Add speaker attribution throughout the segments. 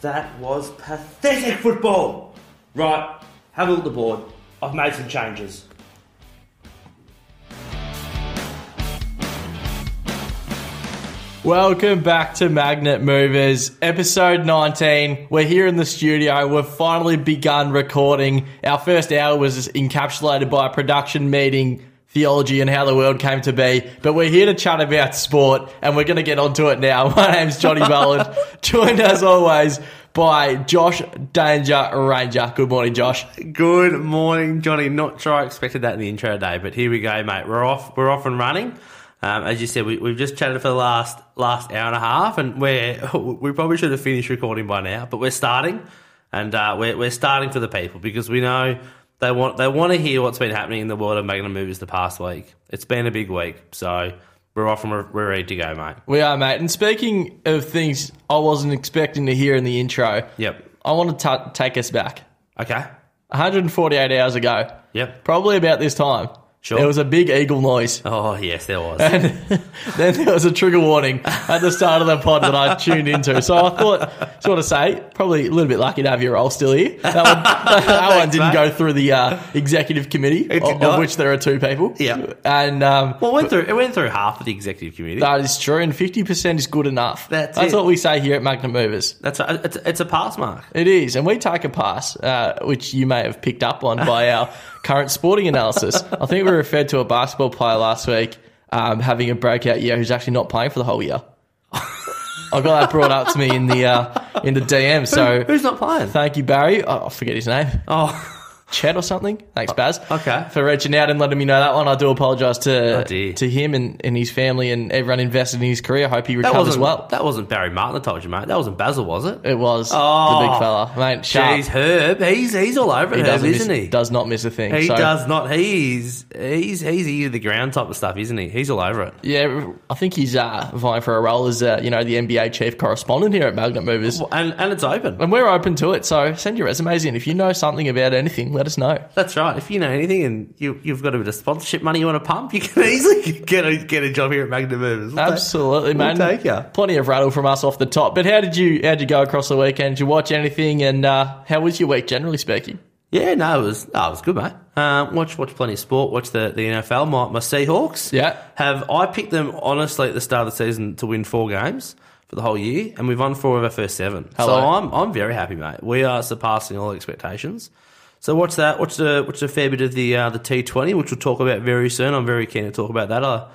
Speaker 1: That was pathetic football! Right, have a look at the board. I've made some changes.
Speaker 2: Welcome back to Magnet Movers, episode 19. We're here in the studio. We've finally begun recording. Our first hour was encapsulated by a production meeting, theology, and how the world came to be. But we're here to chat about sport, and we're going to get onto it now. My name's Johnny Ballard, joined as always by Josh Danger Ranger. Good morning, Josh.
Speaker 3: Good morning, Johnny. Not sure I expected that in the intro today, but here we go, mate. We're off. We're off and running. Um, as you said, we, we've just chatted for the last last hour and a half, and we're we probably should have finished recording by now, but we're starting, and uh, we're we're starting for the people because we know they want they want to hear what's been happening in the world of Magnum movies the past week. It's been a big week, so we're off and we're, we're ready to go, mate.
Speaker 2: We are, mate. And speaking of things I wasn't expecting to hear in the intro,
Speaker 3: Yep.
Speaker 2: I want to ta take us back.
Speaker 3: Okay.
Speaker 2: 148 hours ago,
Speaker 3: Yep.
Speaker 2: probably about this time,
Speaker 3: Sure.
Speaker 2: there was a big eagle noise.
Speaker 3: Oh yes, there was.
Speaker 2: Then there was a trigger warning at the start of the pod that I tuned into. So I thought, just want to say, probably a little bit lucky to have your role still here. That one, that one didn't
Speaker 3: mate.
Speaker 2: go through the uh, executive committee,
Speaker 3: did
Speaker 2: of, of
Speaker 3: not.
Speaker 2: which there are two people.
Speaker 3: Yeah.
Speaker 2: And um,
Speaker 3: well, it went through it went through half of the executive community.
Speaker 2: that is true. And 50% is good enough.
Speaker 3: That's it.
Speaker 2: what we say here at Magnum Movers.
Speaker 3: That's a, it's, it's a pass mark.
Speaker 2: It is, and we take a pass, uh, which you may have picked up on by our current sporting analysis. I think we referred to a basketball player last week um, having a breakout year who's actually not playing for the whole year. I got that brought up to me in the uh, in the DM. So
Speaker 3: Who's not playing?
Speaker 2: thank you, Barry. Oh, I forget his name,
Speaker 3: Oh,
Speaker 2: Chet or something. Thanks, Baz.
Speaker 3: okay.
Speaker 2: for reaching out and letting me know that one. I do apologise
Speaker 3: Oh,
Speaker 2: to
Speaker 3: dear.
Speaker 2: to him and, and his family and everyone invested in his career. I hope he
Speaker 3: that
Speaker 2: recovers
Speaker 3: wasn't
Speaker 2: well.
Speaker 3: That wasn't Barry Martin. I told you, mate. That wasn't Basil, was it?
Speaker 2: It was the big
Speaker 3: Oh,
Speaker 2: fella, mate. Sharp.
Speaker 3: Jeez, Herb. He's he's all over
Speaker 2: He
Speaker 3: it, Herb,
Speaker 2: doesn't miss-
Speaker 3: isn't he?
Speaker 2: Does not miss a thing.
Speaker 3: he
Speaker 2: so,
Speaker 3: does not. He's he's he's eating the ground type of stuff, isn't he? He's all over it.
Speaker 2: Yeah, I think he's uh, vying for a role as uh, you know the NBA chief correspondent here at Magnet Movers,
Speaker 3: Well, And and it's open.
Speaker 2: and we're open to it. So send your resumes in if you know something about anything. Let us know.
Speaker 3: That's right. If you know anything and you you've got a bit of sponsorship money you want to pump, you can easily get a get a job here at Magnum Movers. We'll take-
Speaker 2: Absolutely,
Speaker 3: we'll
Speaker 2: man.
Speaker 3: take ya.
Speaker 2: Plenty of rattle from us off the top. But how did you how did you go across the weekend? Did you watch anything? And uh, how was your week generally speaking?
Speaker 3: Yeah, no, it was no, it was good, mate. Um, watch watch plenty of sport. Watch the, the NFL. My, my Seahawks.
Speaker 2: Yeah.
Speaker 3: have I picked them honestly at the start of the season to win four games for the whole year, and we've won four of our first seven. So
Speaker 2: Hello.
Speaker 3: I'm I'm very happy, mate. We are surpassing all expectations. So watch that. Watch the watch a fair bit of the uh, the T20, which we'll talk about very soon. I'm very keen to talk about that. Uh,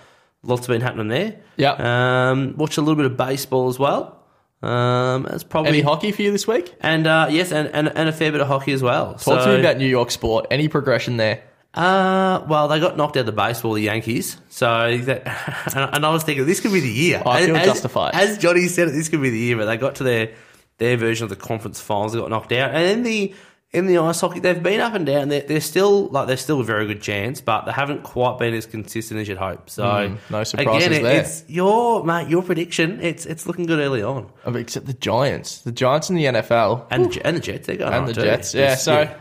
Speaker 3: lots have been happening there.
Speaker 2: Yep.
Speaker 3: Um, watch a little bit of baseball as well. Um, that's probably
Speaker 2: Any hockey for you this week?
Speaker 3: and uh, yes, and, and and a fair bit of hockey as well.
Speaker 2: Talk
Speaker 3: So-
Speaker 2: to me about New York sport. Any progression there?
Speaker 3: uh, well, they got knocked out of the baseball, the Yankees. So, that, and, and I was thinking this could be the year.
Speaker 2: I feel
Speaker 3: as,
Speaker 2: justified.
Speaker 3: As Johnny said, it, this could be the year. But they got to their their version of the conference finals, they got knocked out, and in the in the ice hockey, they've been up and down. They're, they're still like they're still a very good chance, but they haven't quite been as consistent as you'd hope. So,
Speaker 2: Mm, no surprises
Speaker 3: again, it-
Speaker 2: there.
Speaker 3: It's your mate, your prediction. It's it's looking good early on,
Speaker 2: Oh, Except the Giants, the Giants in the NFL,
Speaker 3: and the, J- and the Jets, they're going
Speaker 2: And
Speaker 3: on
Speaker 2: the
Speaker 3: too.
Speaker 2: Jets, yeah,
Speaker 3: It's-
Speaker 2: so-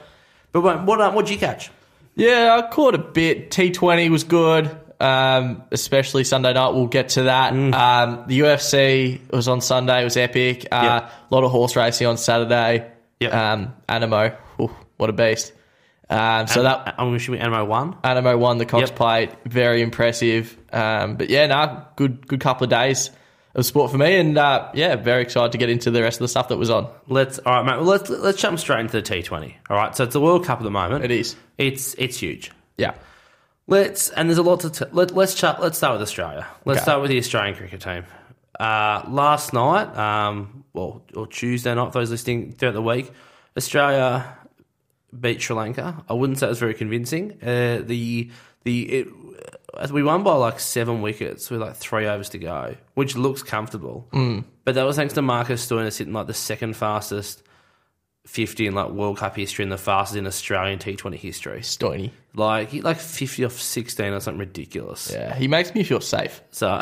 Speaker 3: but what what um, what'd you catch?
Speaker 2: Yeah, I caught a bit. T20 was good, um, especially Sunday night. We'll get to that. Um, the UFC was on Sunday. It was epic. A uh,
Speaker 3: Yep.
Speaker 2: lot of horse racing on Saturday.
Speaker 3: Yep.
Speaker 2: Um, Animo, Ooh, what a beast. Um, so that
Speaker 3: Uh, I'm assuming Animo one.
Speaker 2: Animo won the Cox
Speaker 3: Yep.
Speaker 2: Plate. Very impressive. Um, but yeah, nah, good good couple of days of sport for me. And uh, yeah, very excited to get into the rest of the stuff that was on.
Speaker 3: Let's all right, mate. Well, let's let's jump straight into the T Twenty. All right, so it's the World Cup at the moment.
Speaker 2: It is.
Speaker 3: It's it's huge.
Speaker 2: Yeah.
Speaker 3: Let's and there's a lot to t- let, let's chat. Let's start with Australia. Let's
Speaker 2: Okay.
Speaker 3: start with the Australian cricket team. Uh, last night, um, well, or Tuesday night, for those listening throughout the week, Australia beat Sri Lanka. I wouldn't say it was very convincing. Uh, the the it, as we won by like seven wickets with like three overs to go, which looks comfortable. Mm. But that was thanks to Marcus Stoinis hitting like the second fastest fifty in like World Cup history and the fastest in Australian T Twenty history.
Speaker 2: Stoiny.
Speaker 3: Like he- like fifty off sixteen or something ridiculous.
Speaker 2: Yeah. He makes me feel safe.
Speaker 3: So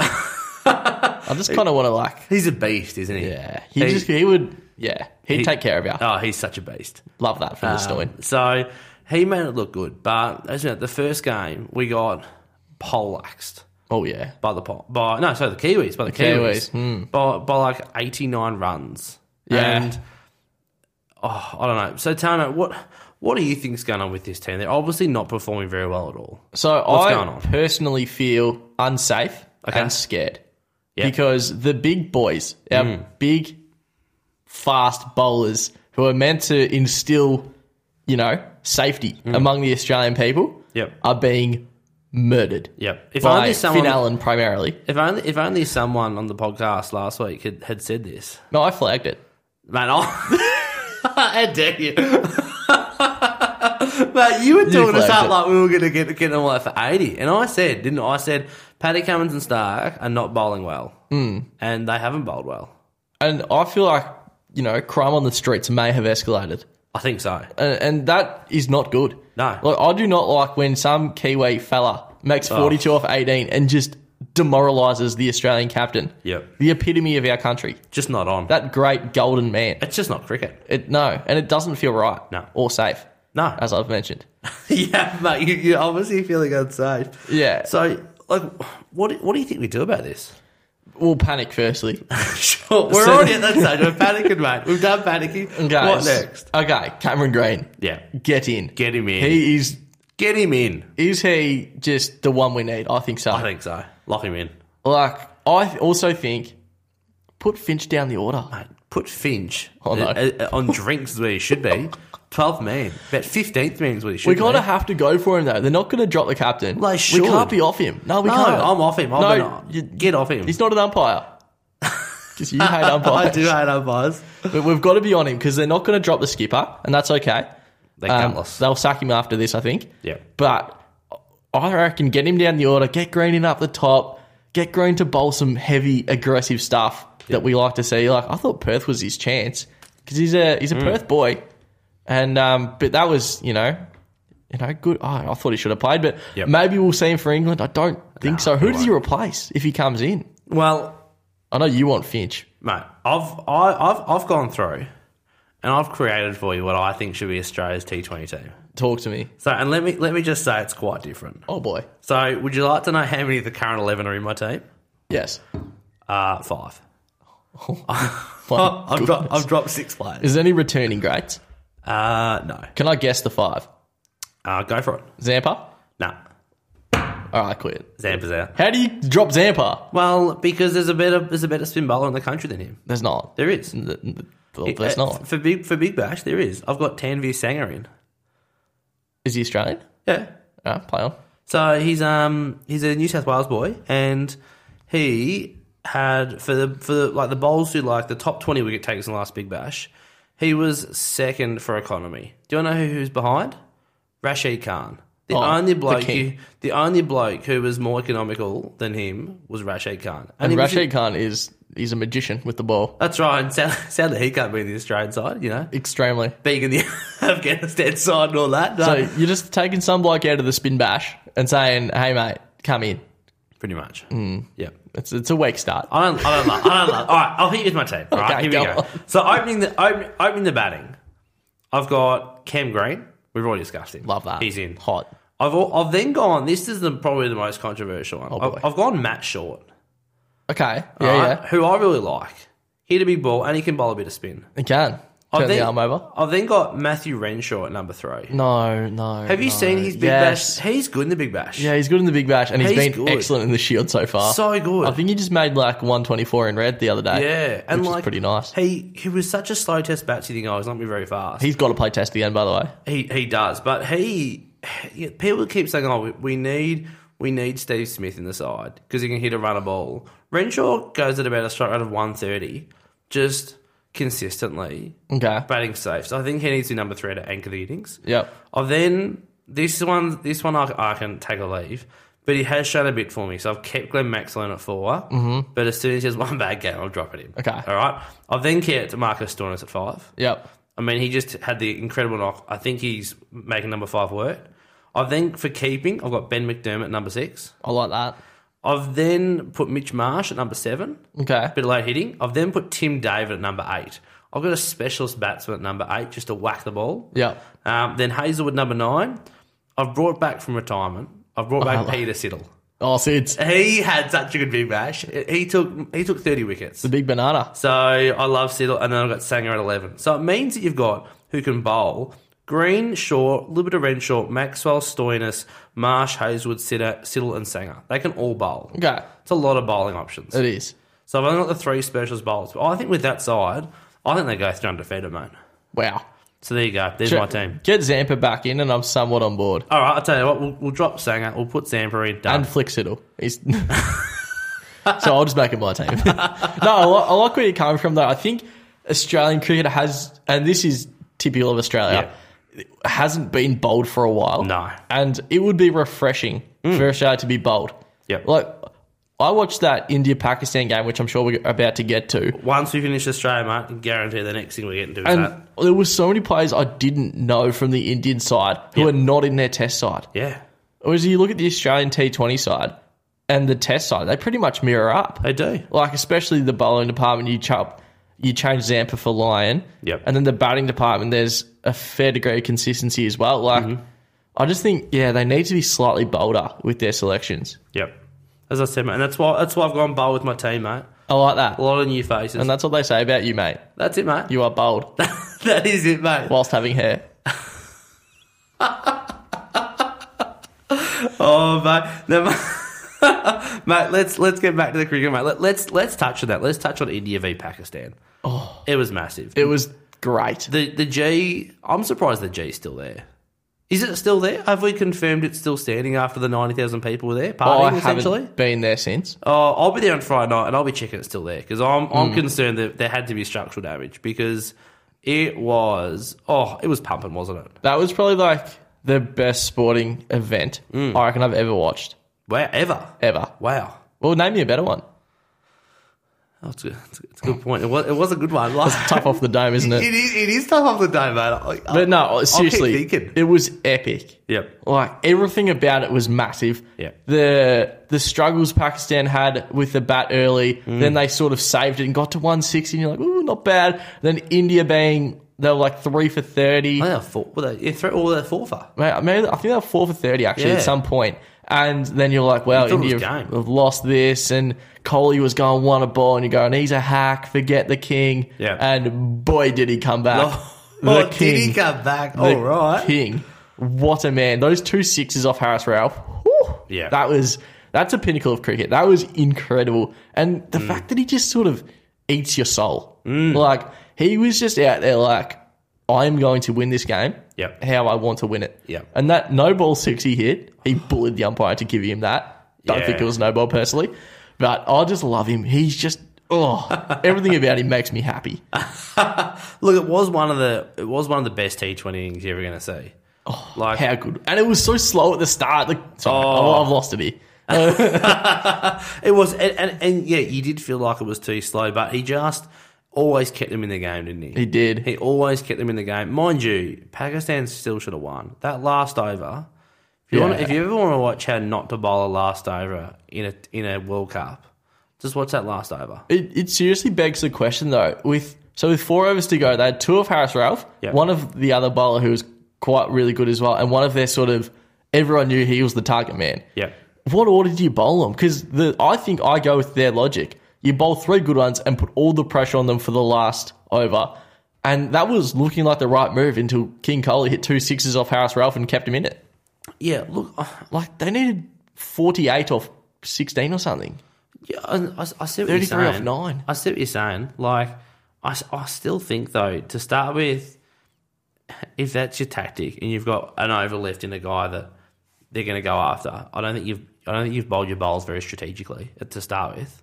Speaker 2: I just kind of want to like
Speaker 3: he's a beast, isn't he?
Speaker 2: Yeah, he,
Speaker 3: He-
Speaker 2: just he would. Yeah, he'd take care of you.
Speaker 3: Oh, he's such a beast.
Speaker 2: Love that from the Stoin.
Speaker 3: Um, so he made it look good, but isn't it the first game we got poleaxed
Speaker 2: Oh yeah,
Speaker 3: by the Po- by no, sorry, the Kiwis by the,
Speaker 2: Kiwis,
Speaker 3: Kiwis, by by like eighty nine runs.
Speaker 2: hmm. Yeah.
Speaker 3: And oh, I don't know. So Tano, what what do you think's going on with this team? They're obviously not performing very well at all.
Speaker 2: So
Speaker 3: What's
Speaker 2: I
Speaker 3: going on?
Speaker 2: personally feel unsafe
Speaker 3: Okay.
Speaker 2: and scared
Speaker 3: Yeah.
Speaker 2: because the big boys, our big, fast bowlers who are meant to instill, you know, safety among the Australian people,
Speaker 3: Yep.
Speaker 2: are being murdered.
Speaker 3: Yep. If
Speaker 2: by
Speaker 3: only someone,
Speaker 2: Finn Allen primarily.
Speaker 3: if only if only someone on the podcast last week had, had said this,
Speaker 2: No, I flagged it.
Speaker 3: man. I, how dare you? Mate, you were doing us
Speaker 2: flagged
Speaker 3: up
Speaker 2: it.
Speaker 3: like we were going to get get them away for eighty, and I said, didn't I? I said Paddy Cummins and Stark are not bowling well,
Speaker 2: Hmm.
Speaker 3: mm. and they haven't bowled well.
Speaker 2: And I feel like, you know, crime on the streets may have escalated.
Speaker 3: I think so.
Speaker 2: and, and that is not good.
Speaker 3: No. Oh.
Speaker 2: like I do not like when some Kiwi fella makes forty-two off eighteen and just demoralises the Australian captain.
Speaker 3: Yep.
Speaker 2: the epitome of our country,
Speaker 3: Just not on.
Speaker 2: that great golden man.
Speaker 3: it's just not cricket.
Speaker 2: It no, and it doesn't feel right.
Speaker 3: No.
Speaker 2: or safe,
Speaker 3: No.
Speaker 2: as I've mentioned.
Speaker 3: yeah, mate, you, you're obviously feeling unsafe.
Speaker 2: Yeah.
Speaker 3: So, like, what do- what do you think we do about this?
Speaker 2: We'll panic firstly.
Speaker 3: sure, we're
Speaker 2: So-
Speaker 3: already at that stage. We're panicking, mate. We've done panicking. What
Speaker 2: Guys,
Speaker 3: next?
Speaker 2: Okay, Cameron Green,
Speaker 3: Yeah,
Speaker 2: get in.
Speaker 3: get him in.
Speaker 2: He is.
Speaker 3: get him in.
Speaker 2: Is he just the one we need? I think so.
Speaker 3: I think so. Lock him in.
Speaker 2: like I also think, put Finch down the order.
Speaker 3: Mate, put Finch
Speaker 2: Oh, no.
Speaker 3: uh, uh, on drinks is where he should be. 12th man, but 15th man is where he should
Speaker 2: We
Speaker 3: be.
Speaker 2: kind of have to go for him though. They're not going to drop the captain.
Speaker 3: They
Speaker 2: we
Speaker 3: should.
Speaker 2: can't be off him. No, we
Speaker 3: No,
Speaker 2: can't.
Speaker 3: I'm off him. I'm
Speaker 2: No,
Speaker 3: gonna-
Speaker 2: you-
Speaker 3: get off him.
Speaker 2: He's not an umpire. Because you hate umpires.
Speaker 3: I do hate umpires.
Speaker 2: But we've got to be on him because they're not going to drop the skipper, and that's okay.
Speaker 3: They
Speaker 2: Um,
Speaker 3: can't lose.
Speaker 2: they'll sack him after this, I think.
Speaker 3: Yeah.
Speaker 2: But I reckon get him down the order, get Green in up the top, get Green to bowl some heavy, aggressive stuff that we like to see. Like I thought Perth was his chance because he's a he's a Perth boy, and um, but that was you know. You know, good. Oh, I thought he should have played, but
Speaker 3: Yep.
Speaker 2: maybe we'll see him for England. I don't think so. Who does he replace if he comes in?
Speaker 3: Well,
Speaker 2: I know you want Finch.
Speaker 3: Mate, I've I, I've I've gone through, and I've created for you what I think should be Australia's T Twenty team.
Speaker 2: Talk to me.
Speaker 3: So, and let me let me just say it's quite different.
Speaker 2: Oh boy,
Speaker 3: So, would you like to know how many of the current eleven are in my team?
Speaker 2: yes.
Speaker 3: Uh five.
Speaker 2: My
Speaker 3: I've, dropped
Speaker 2: goodness.
Speaker 3: I've dropped six players.
Speaker 2: Is there any returning greats?
Speaker 3: Uh no.
Speaker 2: Can I guess the five?
Speaker 3: Uh, go for it.
Speaker 2: Zampa? All
Speaker 3: Nah,
Speaker 2: right, I quit.
Speaker 3: Zampa's out.
Speaker 2: How do you drop Zampa?
Speaker 3: Well, because there's a better there's a better spin bowler in the country than him.
Speaker 2: There's not.
Speaker 3: There uh, is.
Speaker 2: Th- th- Well, there's not.
Speaker 3: for big for Big Bash. There is. I've got Tanvir Sanger in.
Speaker 2: Is he Australian?
Speaker 3: Yeah.
Speaker 2: All right, play on.
Speaker 3: So he's um he's a New South Wales boy, and he had for the for the, like the bowls who like the top twenty wicket takers in the last Big Bash, he was second for economy. Do you know who who's behind? Rashid Khan. The
Speaker 2: Oh,
Speaker 3: only
Speaker 2: the
Speaker 3: bloke
Speaker 2: king.
Speaker 3: who, the only bloke who was more economical than him was Rashid Khan. And, he
Speaker 2: And
Speaker 3: was-
Speaker 2: Rashid Khan is he's a magician with the ball.
Speaker 3: that's right. And sadly, sadly, he can't be in the Australian side. You know,
Speaker 2: Extremely.
Speaker 3: being in the Afghanistan side and all that.
Speaker 2: So
Speaker 3: but-
Speaker 2: you're just taking some bloke out of the spin bash and saying, "Hey mate, come in."
Speaker 3: pretty much. Yeah.
Speaker 2: It's it's a weak start.
Speaker 3: Mm. I don't, I don't love. I don't love. All right, I'll hit you with my team. All right,
Speaker 2: Okay,
Speaker 3: here we
Speaker 2: go
Speaker 3: go.
Speaker 2: on.
Speaker 3: So opening the open, opening the batting, I've got Cam Green. We've already discussed him.
Speaker 2: Love that.
Speaker 3: He's in.
Speaker 2: hot.
Speaker 3: I've al- I've then gone. This is the, probably the most controversial one.
Speaker 2: Oh, boy.
Speaker 3: I've, I've gone Matt Short.
Speaker 2: Okay. Yeah,
Speaker 3: all right,
Speaker 2: yeah.
Speaker 3: Who I really like. Hit a big ball and he can bowl a bit of spin.
Speaker 2: It can.
Speaker 3: I've
Speaker 2: Turn the
Speaker 3: then-
Speaker 2: arm over.
Speaker 3: I've then got Matthew Renshaw at number three.
Speaker 2: No, no.
Speaker 3: Have you
Speaker 2: no.
Speaker 3: seen his big
Speaker 2: Yes.
Speaker 3: bash? He's good in the big bash.
Speaker 2: Yeah, he's good in the big bash, and he's
Speaker 3: He's
Speaker 2: been
Speaker 3: good.
Speaker 2: excellent in the shield so far.
Speaker 3: so good.
Speaker 2: I think he just made like 124 in red the other day.
Speaker 3: yeah, and
Speaker 2: which is
Speaker 3: like
Speaker 2: pretty nice.
Speaker 3: He he was such a slow test bat. You think oh he's not gonna be very fast.
Speaker 2: He's got to play test again, by the way.
Speaker 3: He he does, but he yeah, people keep saying, "Oh, we, we need we need Steve Smith in the side because he can hit a runner ball." Renshaw goes at about a strike rate of one thirty, just consistently
Speaker 2: Okay.
Speaker 3: batting safe. So I think he needs to be number three to anchor the innings.
Speaker 2: Yep.
Speaker 3: I've then this one this one I, I can take a leave, but he has shown a bit for me, so I've kept Glenn Maxwell in at 4 Mm-hmm. But as soon as he has one bad game, I'm dropping him.
Speaker 2: Okay.
Speaker 3: all right. I've then kept Marcus Stornis at five.
Speaker 2: Yep.
Speaker 3: I mean, he just had the incredible knock. I think he's making number five work. I think for keeping, I've got Ben McDermott at number six.
Speaker 2: I like that.
Speaker 3: I've then put Mitch Marsh at number seven,
Speaker 2: Okay.
Speaker 3: a bit of late hitting. I've then put Tim David at number eight. I've got a specialist batsman at number eight just to whack the ball.
Speaker 2: Yep.
Speaker 3: Um, then Hazelwood number nine. I've brought back from retirement. I've brought back Peter Siddle.
Speaker 2: Oh, see, it's
Speaker 3: He had such a good big bash. He took he took thirty wickets.
Speaker 2: the big banana.
Speaker 3: So I love Siddle, and then I've got Sanger at 11. So it means that you've got who can bowl Green, Shaw, Liberta Renshaw, Maxwell, Stoinis, Marsh, Hazelwood, Siddle, Siddle, and Sanger. They can all bowl.
Speaker 2: Okay, Uh,
Speaker 3: It's a lot of bowling options.
Speaker 2: it is.
Speaker 3: So I've only got the three specials bowls. But I think with that side, I think they go through undefeated, mate.
Speaker 2: Wow.
Speaker 3: So there you go. There's my team.
Speaker 2: Get Zampa back in, and I'm somewhat on board.
Speaker 3: All right, I'll tell you what. We'll, we'll drop Sanger. We'll put Zampa in. Done.
Speaker 2: And Flixiddle. He's. so I'll just make it my team. no, I, li- I like where you're coming from, though. I think Australian cricket has, and this is typical of Australia, hasn't been bowled for a while.
Speaker 3: No.
Speaker 2: And it would be refreshing for Australia to be bowled.
Speaker 3: Yep.
Speaker 2: Like, I watched that India Pakistan game, which I'm sure we're about to get to.
Speaker 3: Once we finish Australia, mate, I guarantee the next thing we get into is
Speaker 2: And
Speaker 3: that.
Speaker 2: there were so many players I didn't know from the Indian side who
Speaker 3: Yep.
Speaker 2: are not in their test side.
Speaker 3: Yeah.
Speaker 2: Whereas you look at the Australian T20 side and the test side, they pretty much mirror up.
Speaker 3: They do.
Speaker 2: Like, especially the bowling department, you chop, you change Zampa for Lyon.
Speaker 3: Yep.
Speaker 2: And then the batting department, there's a fair degree of consistency as well. Like, I just think, yeah, they need to be slightly bolder with their selections.
Speaker 3: Yep. As I said, mate, and that's why that's why I've gone bold with my team, mate.
Speaker 2: I like that.
Speaker 3: A lot of new faces.
Speaker 2: And that's what they say about you, mate.
Speaker 3: that's it, mate.
Speaker 2: You are bold
Speaker 3: that is it, mate.
Speaker 2: whilst having hair.
Speaker 3: Oh, mate. No, mate. mate, let's let's get back to the cricket, mate. Let, let's let's touch on that. Let's touch on India v Pakistan. Oh, it was massive.
Speaker 2: It was great.
Speaker 3: the the G. I'm surprised the G's still there. Is it still there? Have we confirmed it's still standing after the ninety thousand people were there partying?
Speaker 2: Oh, I
Speaker 3: essentially,
Speaker 2: haven't been there since.
Speaker 3: Oh, I'll be there on Friday night and I'll be checking it's still there because I'm I'm
Speaker 2: Hmm.
Speaker 3: concerned that there had to be structural damage because it was oh it was pumping wasn't it?
Speaker 2: That was probably like the best sporting event I reckon I've ever watched.
Speaker 3: Wow, ever
Speaker 2: Ever.
Speaker 3: wow.
Speaker 2: Well, name me a better one.
Speaker 3: Oh, it's, a, it's, a, it's a good point. It was, it was a good one. Like,
Speaker 2: Tough off the dome, isn't
Speaker 3: it,
Speaker 2: it?
Speaker 3: is, it is tough off the day, mate. I- I-
Speaker 2: But no, seriously,
Speaker 3: thinking.
Speaker 2: it was epic.
Speaker 3: Yep.
Speaker 2: Like everything about it was massive.
Speaker 3: Yeah.
Speaker 2: The the struggles Pakistan had with the bat early,
Speaker 3: Mm.
Speaker 2: then they sort of saved it and got to 160, and you're like, ooh, not bad. Then India being they were like three for thirty.
Speaker 3: They are four. Were they, yeah, three, or were they four for?
Speaker 2: Mate, maybe, I think they were four for 30 actually
Speaker 3: Yeah.
Speaker 2: at some point. And then you're like, well,
Speaker 3: thought it was
Speaker 2: India
Speaker 3: game.
Speaker 2: have lost this. And Kohli was going one a ball, and you're going, he's a hack, forget the king.
Speaker 3: Yeah.
Speaker 2: And boy, did he come back. The
Speaker 3: oh,
Speaker 2: king.
Speaker 3: did he come back?
Speaker 2: The
Speaker 3: All right.
Speaker 2: King. What a man. Those two sixes off Harris Ralph. whew,
Speaker 3: Yeah.
Speaker 2: That was, that's a pinnacle of cricket. That was incredible. And
Speaker 3: Mm.
Speaker 2: the fact that he just sort of eats your soul. Like, he was just out there like, I'm going to win this game
Speaker 3: Yep.
Speaker 2: how I want to win it.
Speaker 3: Yeah.
Speaker 2: And that no ball six he hit, he bullied the umpire to give him that. Don't
Speaker 3: Yeah.
Speaker 2: think it was no ball personally, but I just love him. He's just oh, everything about him makes me happy.
Speaker 3: Look, it was one of the it was one of the best T Twenty innings you're ever going to see. Oh, like
Speaker 2: How good! And it was so slow at the start. Like, sorry,
Speaker 3: Oh.
Speaker 2: oh. I've lost it here.
Speaker 3: It was, and, and, and yeah, you did feel like it was too slow, but he just always kept them in the game, didn't he?
Speaker 2: He did.
Speaker 3: He always kept them in the game. Mind you, Pakistan still should have won. That last over, if you, want,
Speaker 2: Yeah.
Speaker 3: if you ever want to watch how not to bowl a last over in a, in a World Cup, just watch that last over.
Speaker 2: It, it seriously begs the question though. With so with four overs to go, they had two of Harris Ralph,
Speaker 3: Yeah.
Speaker 2: one of the other bowler who was quite really good as well, and one of their sort of everyone knew he was the target man.
Speaker 3: Yeah.
Speaker 2: What order do you bowl them? Because the I think I go with their logic. You bowl three good ones and put all the pressure on them for the last over. And that was looking like the right move until King Coley hit two sixes off Harris Ralph and kept him in it.
Speaker 3: Yeah, look, I,
Speaker 2: Like they needed forty eight off sixteen or something.
Speaker 3: yeah, I, I, I see what you're
Speaker 2: 33
Speaker 3: saying.
Speaker 2: off nine.
Speaker 3: I see what you're saying. Like, I, s- I still think, though, to start with, if that's your tactic and you've got an over left in a guy that they're going to go after, I don't think you've I don't think you've bowled your bowls very strategically to start with.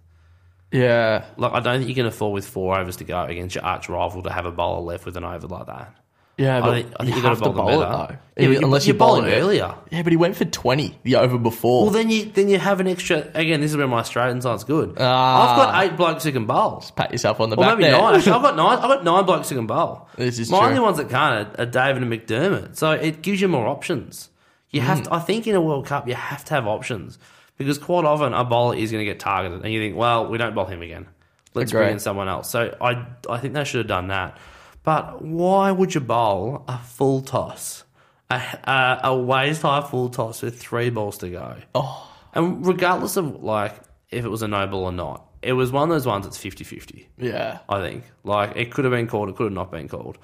Speaker 2: Yeah.
Speaker 3: Like, I don't think you can afford with four overs to go against your arch rival to have a bowler left with an over like that.
Speaker 2: Yeah, but
Speaker 3: I think, I think
Speaker 2: you
Speaker 3: you got
Speaker 2: have
Speaker 3: to bowl,
Speaker 2: to bowl
Speaker 3: them
Speaker 2: it,
Speaker 3: better.
Speaker 2: though.
Speaker 3: Yeah, but you,
Speaker 2: Unless
Speaker 3: unless
Speaker 2: you
Speaker 3: you bowl
Speaker 2: bowl
Speaker 3: it
Speaker 2: it.
Speaker 3: earlier.
Speaker 2: Yeah, but he went for 20 the over before.
Speaker 3: Well, then you then you have an extra. Again, this is where my Australian side's good.
Speaker 2: Ah.
Speaker 3: I've got eight blokes who can bowl.
Speaker 2: Pat yourself on the
Speaker 3: Well,
Speaker 2: back
Speaker 3: maybe
Speaker 2: there.
Speaker 3: nine. Actually, I've got nine. I've got nine blokes who can bowl.
Speaker 2: This is
Speaker 3: my
Speaker 2: true.
Speaker 3: only ones that can't are, are David and McDermott. So it gives you more options. You
Speaker 2: Hmm.
Speaker 3: have. To, I think in a World Cup you have to have options because quite often a bowler is going to get targeted, and you think, well, we don't bowl him again. Let's
Speaker 2: Agree.
Speaker 3: bring in someone else. So I I think they should have done that. But why would you bowl a full toss, a a, a waist high full toss with three balls to go?
Speaker 2: Oh,
Speaker 3: And regardless of like if it was a noble or not, it was one of those ones that's 50 50,
Speaker 2: Yeah.
Speaker 3: I think. Like it could have been called, it could have not been called.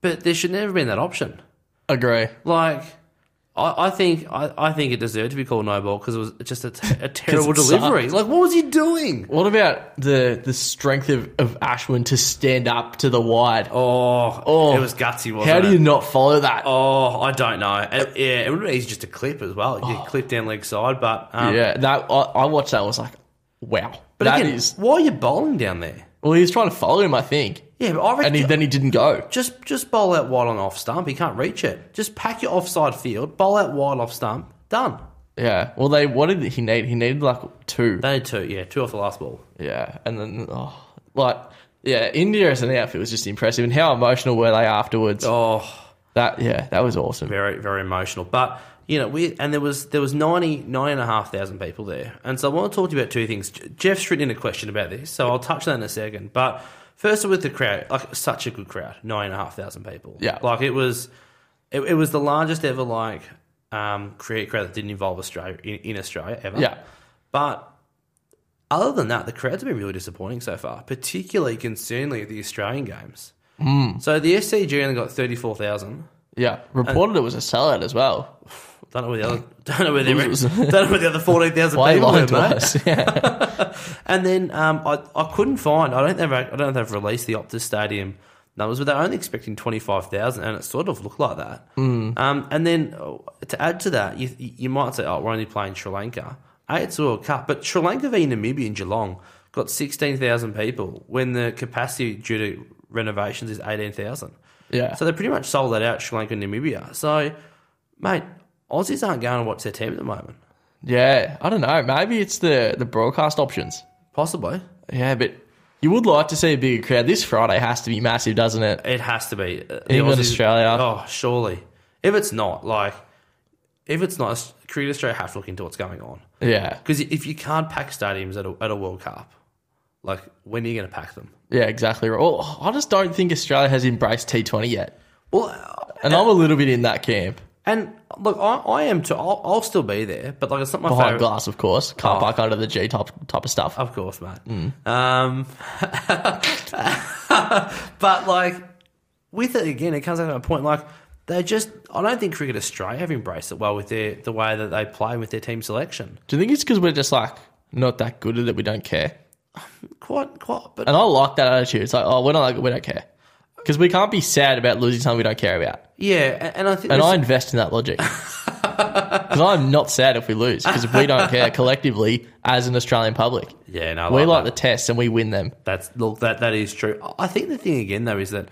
Speaker 3: But there should never have been that option.
Speaker 2: Agree.
Speaker 3: Like, I, I think I, I think it deserved to be called Noble because it was just a, t- a terrible
Speaker 2: it
Speaker 3: delivery.
Speaker 2: sucked.
Speaker 3: Like, what was he doing?
Speaker 2: What about the the strength of, of Ashwin to stand up to the wide?
Speaker 3: Oh,
Speaker 2: Oh.
Speaker 3: it was gutsy, wasn't
Speaker 2: How do
Speaker 3: it?
Speaker 2: you not follow that?
Speaker 3: Oh, I don't know. It- yeah, it would have been easy just to clip as well. You clip down leg side, but um,
Speaker 2: Oh. yeah, that I, I watched that. I was like, wow,
Speaker 3: But
Speaker 2: that
Speaker 3: again,
Speaker 2: is-
Speaker 3: why are you bowling down there?
Speaker 2: Well, he was trying to follow him, I think,
Speaker 3: Yeah, but I reckon
Speaker 2: and he, then he didn't go.
Speaker 3: just just bowl out wide on off stump. He can't reach it. Just pack your offside field, bowl out wide off stump. Done.
Speaker 2: Yeah. Well, they what did he need? He needed like two.
Speaker 3: They had two, yeah, two off the last ball.
Speaker 2: Yeah, and then oh, like yeah, India as an outfit was just impressive, and how emotional were they afterwards?
Speaker 3: Oh,
Speaker 2: That yeah, that was awesome.
Speaker 3: very very emotional but you know we and there was there was 90 nine and a half thousand people there and so i want to talk to you about two things J- jeff's written in a question about this so i'll touch on that in a second but first with the crowd like such a good crowd nine and a half thousand people
Speaker 2: Yeah.
Speaker 3: like it was it, it was the largest ever like um create crowd that didn't involve australia in, in australia ever
Speaker 2: Yeah.
Speaker 3: but other than that, the crowds have been really disappointing so far, particularly concerningly at the Australian games.
Speaker 2: Mm.
Speaker 3: So the SCG only got 34,000.
Speaker 2: Yeah, reported it was a sellout as well.
Speaker 3: Don't know where the other don't know where the
Speaker 2: Was-
Speaker 3: don't know where the other fourteen thousand
Speaker 2: Why
Speaker 3: people
Speaker 2: lied
Speaker 3: are,
Speaker 2: to
Speaker 3: mate.
Speaker 2: us? Yeah.
Speaker 3: And then um, I I couldn't find. I don't think they've- I don't know if they've released the Optus Stadium numbers, but they're only expecting twenty five thousand, and it sort of looked like that.
Speaker 2: Hmm.
Speaker 3: Um, and then oh, to add to that, you you might say, oh, we're only playing Sri Lanka. A, it's the World Cup, but Sri Lanka v Namibia in Geelong got sixteen thousand people when the capacity due to renovations is eighteen thousand.
Speaker 2: Yeah.
Speaker 3: So they pretty much sold that out, Sri Lanka and Namibia. So, mate, Aussies aren't going to watch their team at the moment.
Speaker 2: yeah, I don't know. Maybe it's the the broadcast options.
Speaker 3: Possibly.
Speaker 2: Yeah, but you would like to see a bigger crowd. This Friday has to be massive, doesn't it?
Speaker 3: It has to be. Uh, the
Speaker 2: England, Australia.
Speaker 3: Oh, surely. If it's not, like, if it's not, Cricket Australia have to look into what's going on.
Speaker 2: Yeah,
Speaker 3: Because if you can't pack stadiums at a, at a World Cup, like, when are you going to pack them?
Speaker 2: yeah, exactly. Right. Well, I just don't think Australia has embraced T20 yet,
Speaker 3: Well, uh,
Speaker 2: and I'm a little bit in that camp.
Speaker 3: and look, I, I am too. I'll, I'll still be there, but, like, it's not my
Speaker 2: Behind
Speaker 3: favorite.
Speaker 2: glass, of course. Can't
Speaker 3: Oh.
Speaker 2: park under the G type type of stuff.
Speaker 3: Of course, mate.
Speaker 2: Mm.
Speaker 3: Um, but like with it again, it comes out to a point like they just. I don't think Cricket Australia have embraced it well with their the way that they play with their team selection.
Speaker 2: Do you think it's because we're just like not that good at it? We don't care.
Speaker 3: Quite, quite. But
Speaker 2: And I like that attitude. It's like, oh, we're not like we don't care because we can't be sad about losing something we don't care about.
Speaker 3: yeah, and, and I think
Speaker 2: And
Speaker 3: there's-
Speaker 2: I invest in that logic because I'm not sad if we lose because we don't care collectively as an Australian public.
Speaker 3: yeah, no, I
Speaker 2: We like
Speaker 3: that.
Speaker 2: the tests and we win them.
Speaker 3: That's look that that is true. I- I think the thing again though is that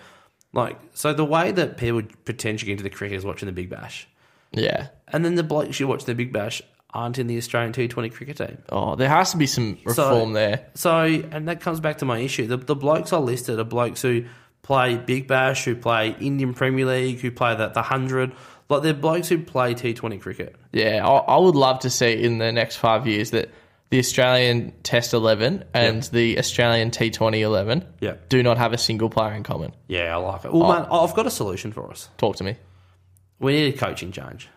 Speaker 3: like so the way that people potentially get into the cricket is watching the Big Bash,
Speaker 2: Yeah.
Speaker 3: and then the blokes you watch the Big Bash aren't in the Australian T Twenty cricket team.
Speaker 2: Oh, there has to be some reform there.
Speaker 3: So, and that comes back to my issue. The, the blokes I listed are blokes who play Big Bash, who play Indian Premier League, who play the, the 100. Like, they're blokes who play T20 cricket.
Speaker 2: Yeah, I, I would love to see in the next five years that the Australian Test 11 and the Australian T20 11
Speaker 3: Yeah.
Speaker 2: do not have a single player in common.
Speaker 3: Yeah, I like
Speaker 2: Oh.
Speaker 3: it. Well, man, I've got a solution for us.
Speaker 2: Talk to me.
Speaker 3: We need a coaching change.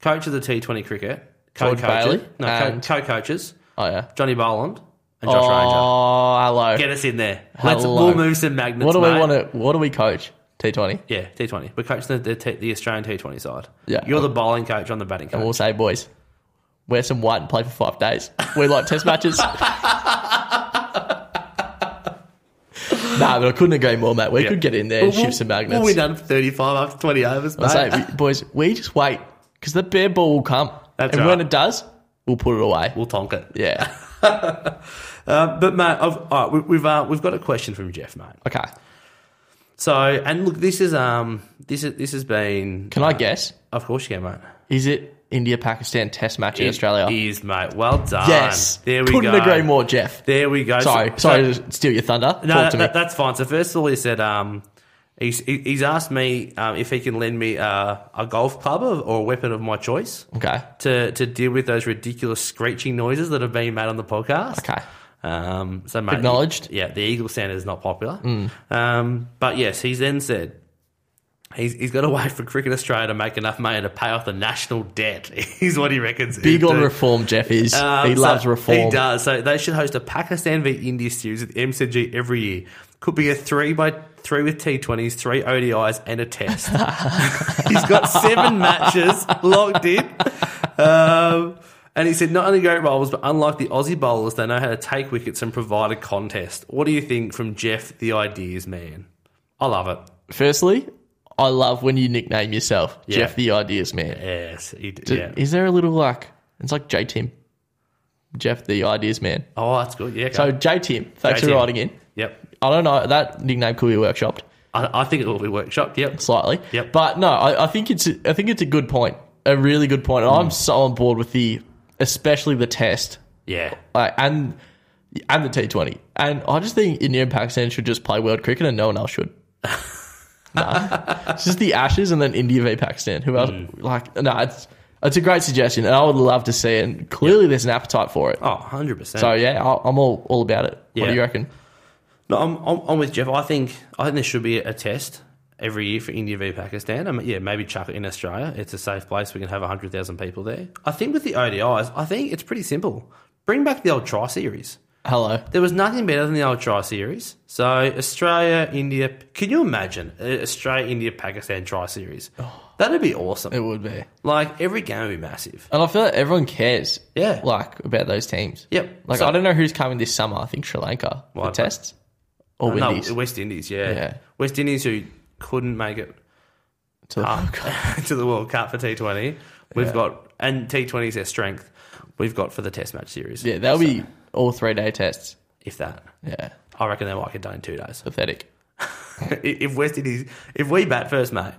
Speaker 3: Coach of the T20 cricket.
Speaker 2: George
Speaker 3: co-coaches-
Speaker 2: Bailey
Speaker 3: No,
Speaker 2: and-
Speaker 3: co coaches.
Speaker 2: Oh, yeah.
Speaker 3: Johnny Boland and Josh Ranger.
Speaker 2: Oh, hello.
Speaker 3: Get us in there. Let's,
Speaker 2: Hello.
Speaker 3: we'll move some magnets,
Speaker 2: what do we
Speaker 3: mate.
Speaker 2: want to? What do we coach? T Twenty.
Speaker 3: Yeah, T20. We're coaching the, the, T- the Australian T20 side.
Speaker 2: Yeah.
Speaker 3: You're the bowling coach on the batting coach.
Speaker 2: We'll say, boys, wear some white and play for five days. We like test matches. nah, but I couldn't agree more, mate. We could get in there and shift some magnets.
Speaker 3: We'll be done for 35 after 20 overs, mate.
Speaker 2: I say, we- boys, we just wait because the bare ball will come,
Speaker 3: That's
Speaker 2: and
Speaker 3: right.
Speaker 2: when it does, we'll put it away.
Speaker 3: we'll tonk it.
Speaker 2: Yeah.
Speaker 3: Uh, but, mate, I've, all right, we, we've, uh, we've got a question from Jeff, mate.
Speaker 2: Okay.
Speaker 3: So, and look, this is, um, this is, this has been,
Speaker 2: Can I guess?
Speaker 3: of course you can, mate.
Speaker 2: Is it India Pakistan Test match in Australia?
Speaker 3: It is, mate. Well done.
Speaker 2: yes.
Speaker 3: There we
Speaker 2: couldn't
Speaker 3: go.
Speaker 2: agree more, Jeff.
Speaker 3: There we go.
Speaker 2: Sorry,
Speaker 3: So-
Speaker 2: sorry to steal your thunder.
Speaker 3: No,
Speaker 2: Talk
Speaker 3: that,
Speaker 2: to me.
Speaker 3: that- that's fine. So first of all, he said um, he's he- he's asked me um, if he can lend me uh, a golf club or or a weapon of my choice
Speaker 2: okay.
Speaker 3: to to deal with those ridiculous screeching noises that have been made on the podcast.
Speaker 2: Okay.
Speaker 3: Um, so mate,
Speaker 2: Acknowledged. Hmm.
Speaker 3: Yeah, the eagle sound is not popular. Um, but yes, he's then said He's, he's got to wait for Cricket Australia to make enough money to pay off the national debt. Is what he reckons.
Speaker 2: Big
Speaker 3: he'd
Speaker 2: on
Speaker 3: do.
Speaker 2: reform, Jeff is.
Speaker 3: Um,
Speaker 2: he
Speaker 3: so
Speaker 2: loves reform.
Speaker 3: He does. So they should host a Pakistan v India series at the MCG every year. Could be a three by three with T20s, three ODIs, and a test. He's got seven matches locked in. Um, and he said, not only great bowlers, but unlike the Aussie bowlers, they know how to take wickets and provide a contest. What do you think from Jeff, the ideas man? I love it.
Speaker 2: Firstly, I love when you nickname yourself
Speaker 3: Yeah.
Speaker 2: Jeff the Ideas Man.
Speaker 3: Yes, he did.
Speaker 2: D-
Speaker 3: yeah.
Speaker 2: Is there a little like it's like J Tim, Jeff the Ideas Man.
Speaker 3: Oh, that's good. Yeah.
Speaker 2: So
Speaker 3: okay.
Speaker 2: J Tim, thanks
Speaker 3: J.
Speaker 2: for
Speaker 3: Tim.
Speaker 2: writing in.
Speaker 3: yep.
Speaker 2: I don't know that nickname could be workshopped
Speaker 3: I, I think it will be workshopped. Yep.
Speaker 2: slightly,
Speaker 3: Yep.
Speaker 2: but no, I, I think it's I think it's a good point, a really good point, and
Speaker 3: Hmm.
Speaker 2: I'm so on board with the especially the test
Speaker 3: Yeah.
Speaker 2: like, and and the T20, and I just think India and Pakistan should just play world cricket and no one else should. nah. It's just the Ashes and then India v Pakistan. Who else?
Speaker 3: Mm.
Speaker 2: Like, no, it's it's a great suggestion, and I would love to see it. And clearly, there's an appetite for it.
Speaker 3: Oh, 100%.
Speaker 2: So yeah, I- I'm all all about it.
Speaker 3: Yeah.
Speaker 2: What do you reckon?
Speaker 3: No, I'm, I'm, I'm with Jeff. I think I think there should be a test every year for India v Pakistan. I mean, yeah, maybe chuck it in Australia. It's a safe place. We can have hundred thousand people there. I think with the ODIs, I think it's pretty simple. Bring back the old try series.
Speaker 2: Hello.
Speaker 3: There was nothing better than the old try series. So Australia, India. Can you imagine a Australia, India, Pakistan try series? That'd be
Speaker 2: It
Speaker 3: awesome.
Speaker 2: would be,
Speaker 3: Like every game would be massive.
Speaker 2: and I feel like everyone cares.
Speaker 3: Yeah.
Speaker 2: like about those teams.
Speaker 3: Yep.
Speaker 2: Like
Speaker 3: So-
Speaker 2: I don't know who's coming this summer. I think Sri Lanka for
Speaker 3: Why- Uh,
Speaker 2: tests or
Speaker 3: No,
Speaker 2: Windies.
Speaker 3: West Indies. Yeah.
Speaker 2: Yeah.
Speaker 3: West Indies who couldn't make it
Speaker 2: to the World Cup.
Speaker 3: to the World Cup for T20. We've got, and T20 is their strength. We've got for the Test match series.
Speaker 2: Yeah, that'll be all three day tests.
Speaker 3: If that,
Speaker 2: Yeah,
Speaker 3: I reckon they might get done in two days.
Speaker 2: pathetic.
Speaker 3: if West Indies, if we bat first, mate,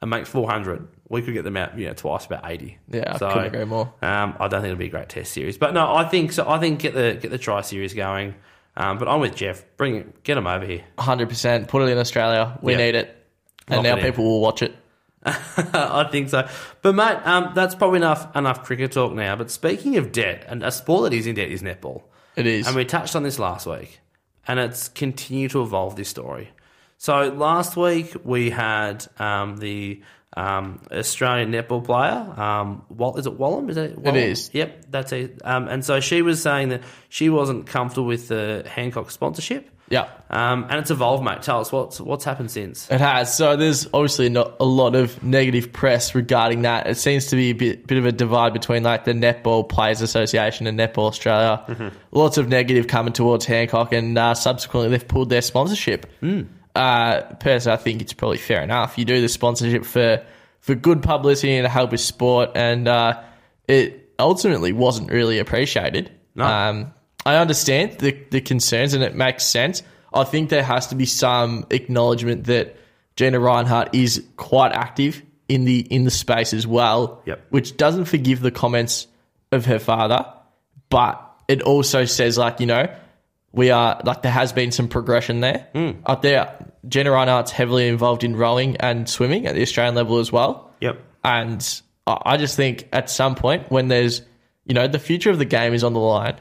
Speaker 3: and make 400, we could get them out, you know, twice about 80.
Speaker 2: Yeah, I couldn't agree more.
Speaker 3: Um, I don't think it'll be a great Test series, but no, I think so. I think get the get the try series going. Um, but I'm with Jeff. Bring it, get them over here.
Speaker 2: hundred percent. Put it in Australia. We
Speaker 3: Yeah.
Speaker 2: need it,
Speaker 3: Lock
Speaker 2: and now
Speaker 3: it in.
Speaker 2: people will watch it.
Speaker 3: I think so. But mate, um, that's probably enough enough cricket talk now. But speaking of debt, and a sport that is in debt is netball.
Speaker 2: It is.
Speaker 3: And we touched on this last week, and it's continued to evolve this story. So last week we had um, the um, Australian netball player. Um, Wal- is it Wallum? Is it? Wallum?
Speaker 2: is.
Speaker 3: Yep, that's it. Um, and so she was saying that she wasn't comfortable with the Hancock sponsorship.
Speaker 2: yeah,
Speaker 3: Um, and it's evolved, mate. Tell us what's what's happened since.
Speaker 2: it has. So there's obviously not a lot of negative press regarding that. It seems to be a bit, bit of a divide between like the Netball Players Association and Netball Australia.
Speaker 3: Mm-hmm.
Speaker 2: Lots of negative coming towards Hancock, and uh, subsequently they've pulled their sponsorship.
Speaker 3: Mm.
Speaker 2: Uh, personally, I think it's probably fair enough. You do the sponsorship for for good publicity and to help with sport, and uh, it ultimately wasn't really appreciated.
Speaker 3: No.
Speaker 2: Um, I understand the, the concerns and it makes sense. I think there has to be some acknowledgement that Gina Reinhardt is quite active in the in the space as well,
Speaker 3: Yep.
Speaker 2: which doesn't forgive the comments of her father, but it also says like you know we are like there has been some progression there up there. Gina Reinhardt's heavily involved in rowing and swimming at the Australian level as well.
Speaker 3: Yep.
Speaker 2: And I I just think at some point when there's, you know, the future of the game is on the line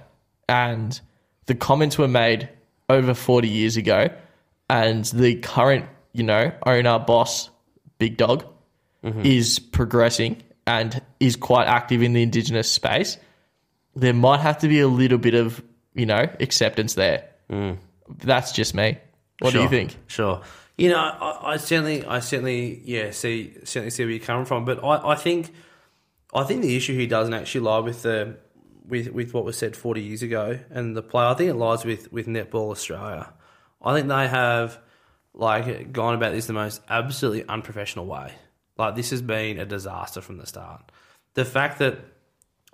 Speaker 2: and the comments were made over 40 years ago and the current, you know, owner, boss, big dog
Speaker 3: Mm-hmm.
Speaker 2: is progressing and is quite active in the Indigenous space, there might have to be a little bit of, you know, acceptance there. That's just me. What do you
Speaker 3: Mm. Sure,
Speaker 2: think?
Speaker 3: Sure. You know, I, I certainly, I certainly, yeah, see, certainly see where you're coming from, but I, I think, I think the issue here doesn't actually lie with the, with with what was said 40 years ago and the play. I think it lies with with Netball Australia. I think they have like gone about this the most absolutely unprofessional way. Like this has been a disaster from the start. The fact that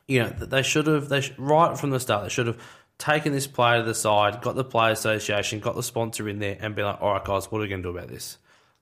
Speaker 3: you know, that they should have, they sh- right from the start, they should have taken this player to the side, got the player association, got the sponsor in there, and been like, all right, guys, what are we going to do about this?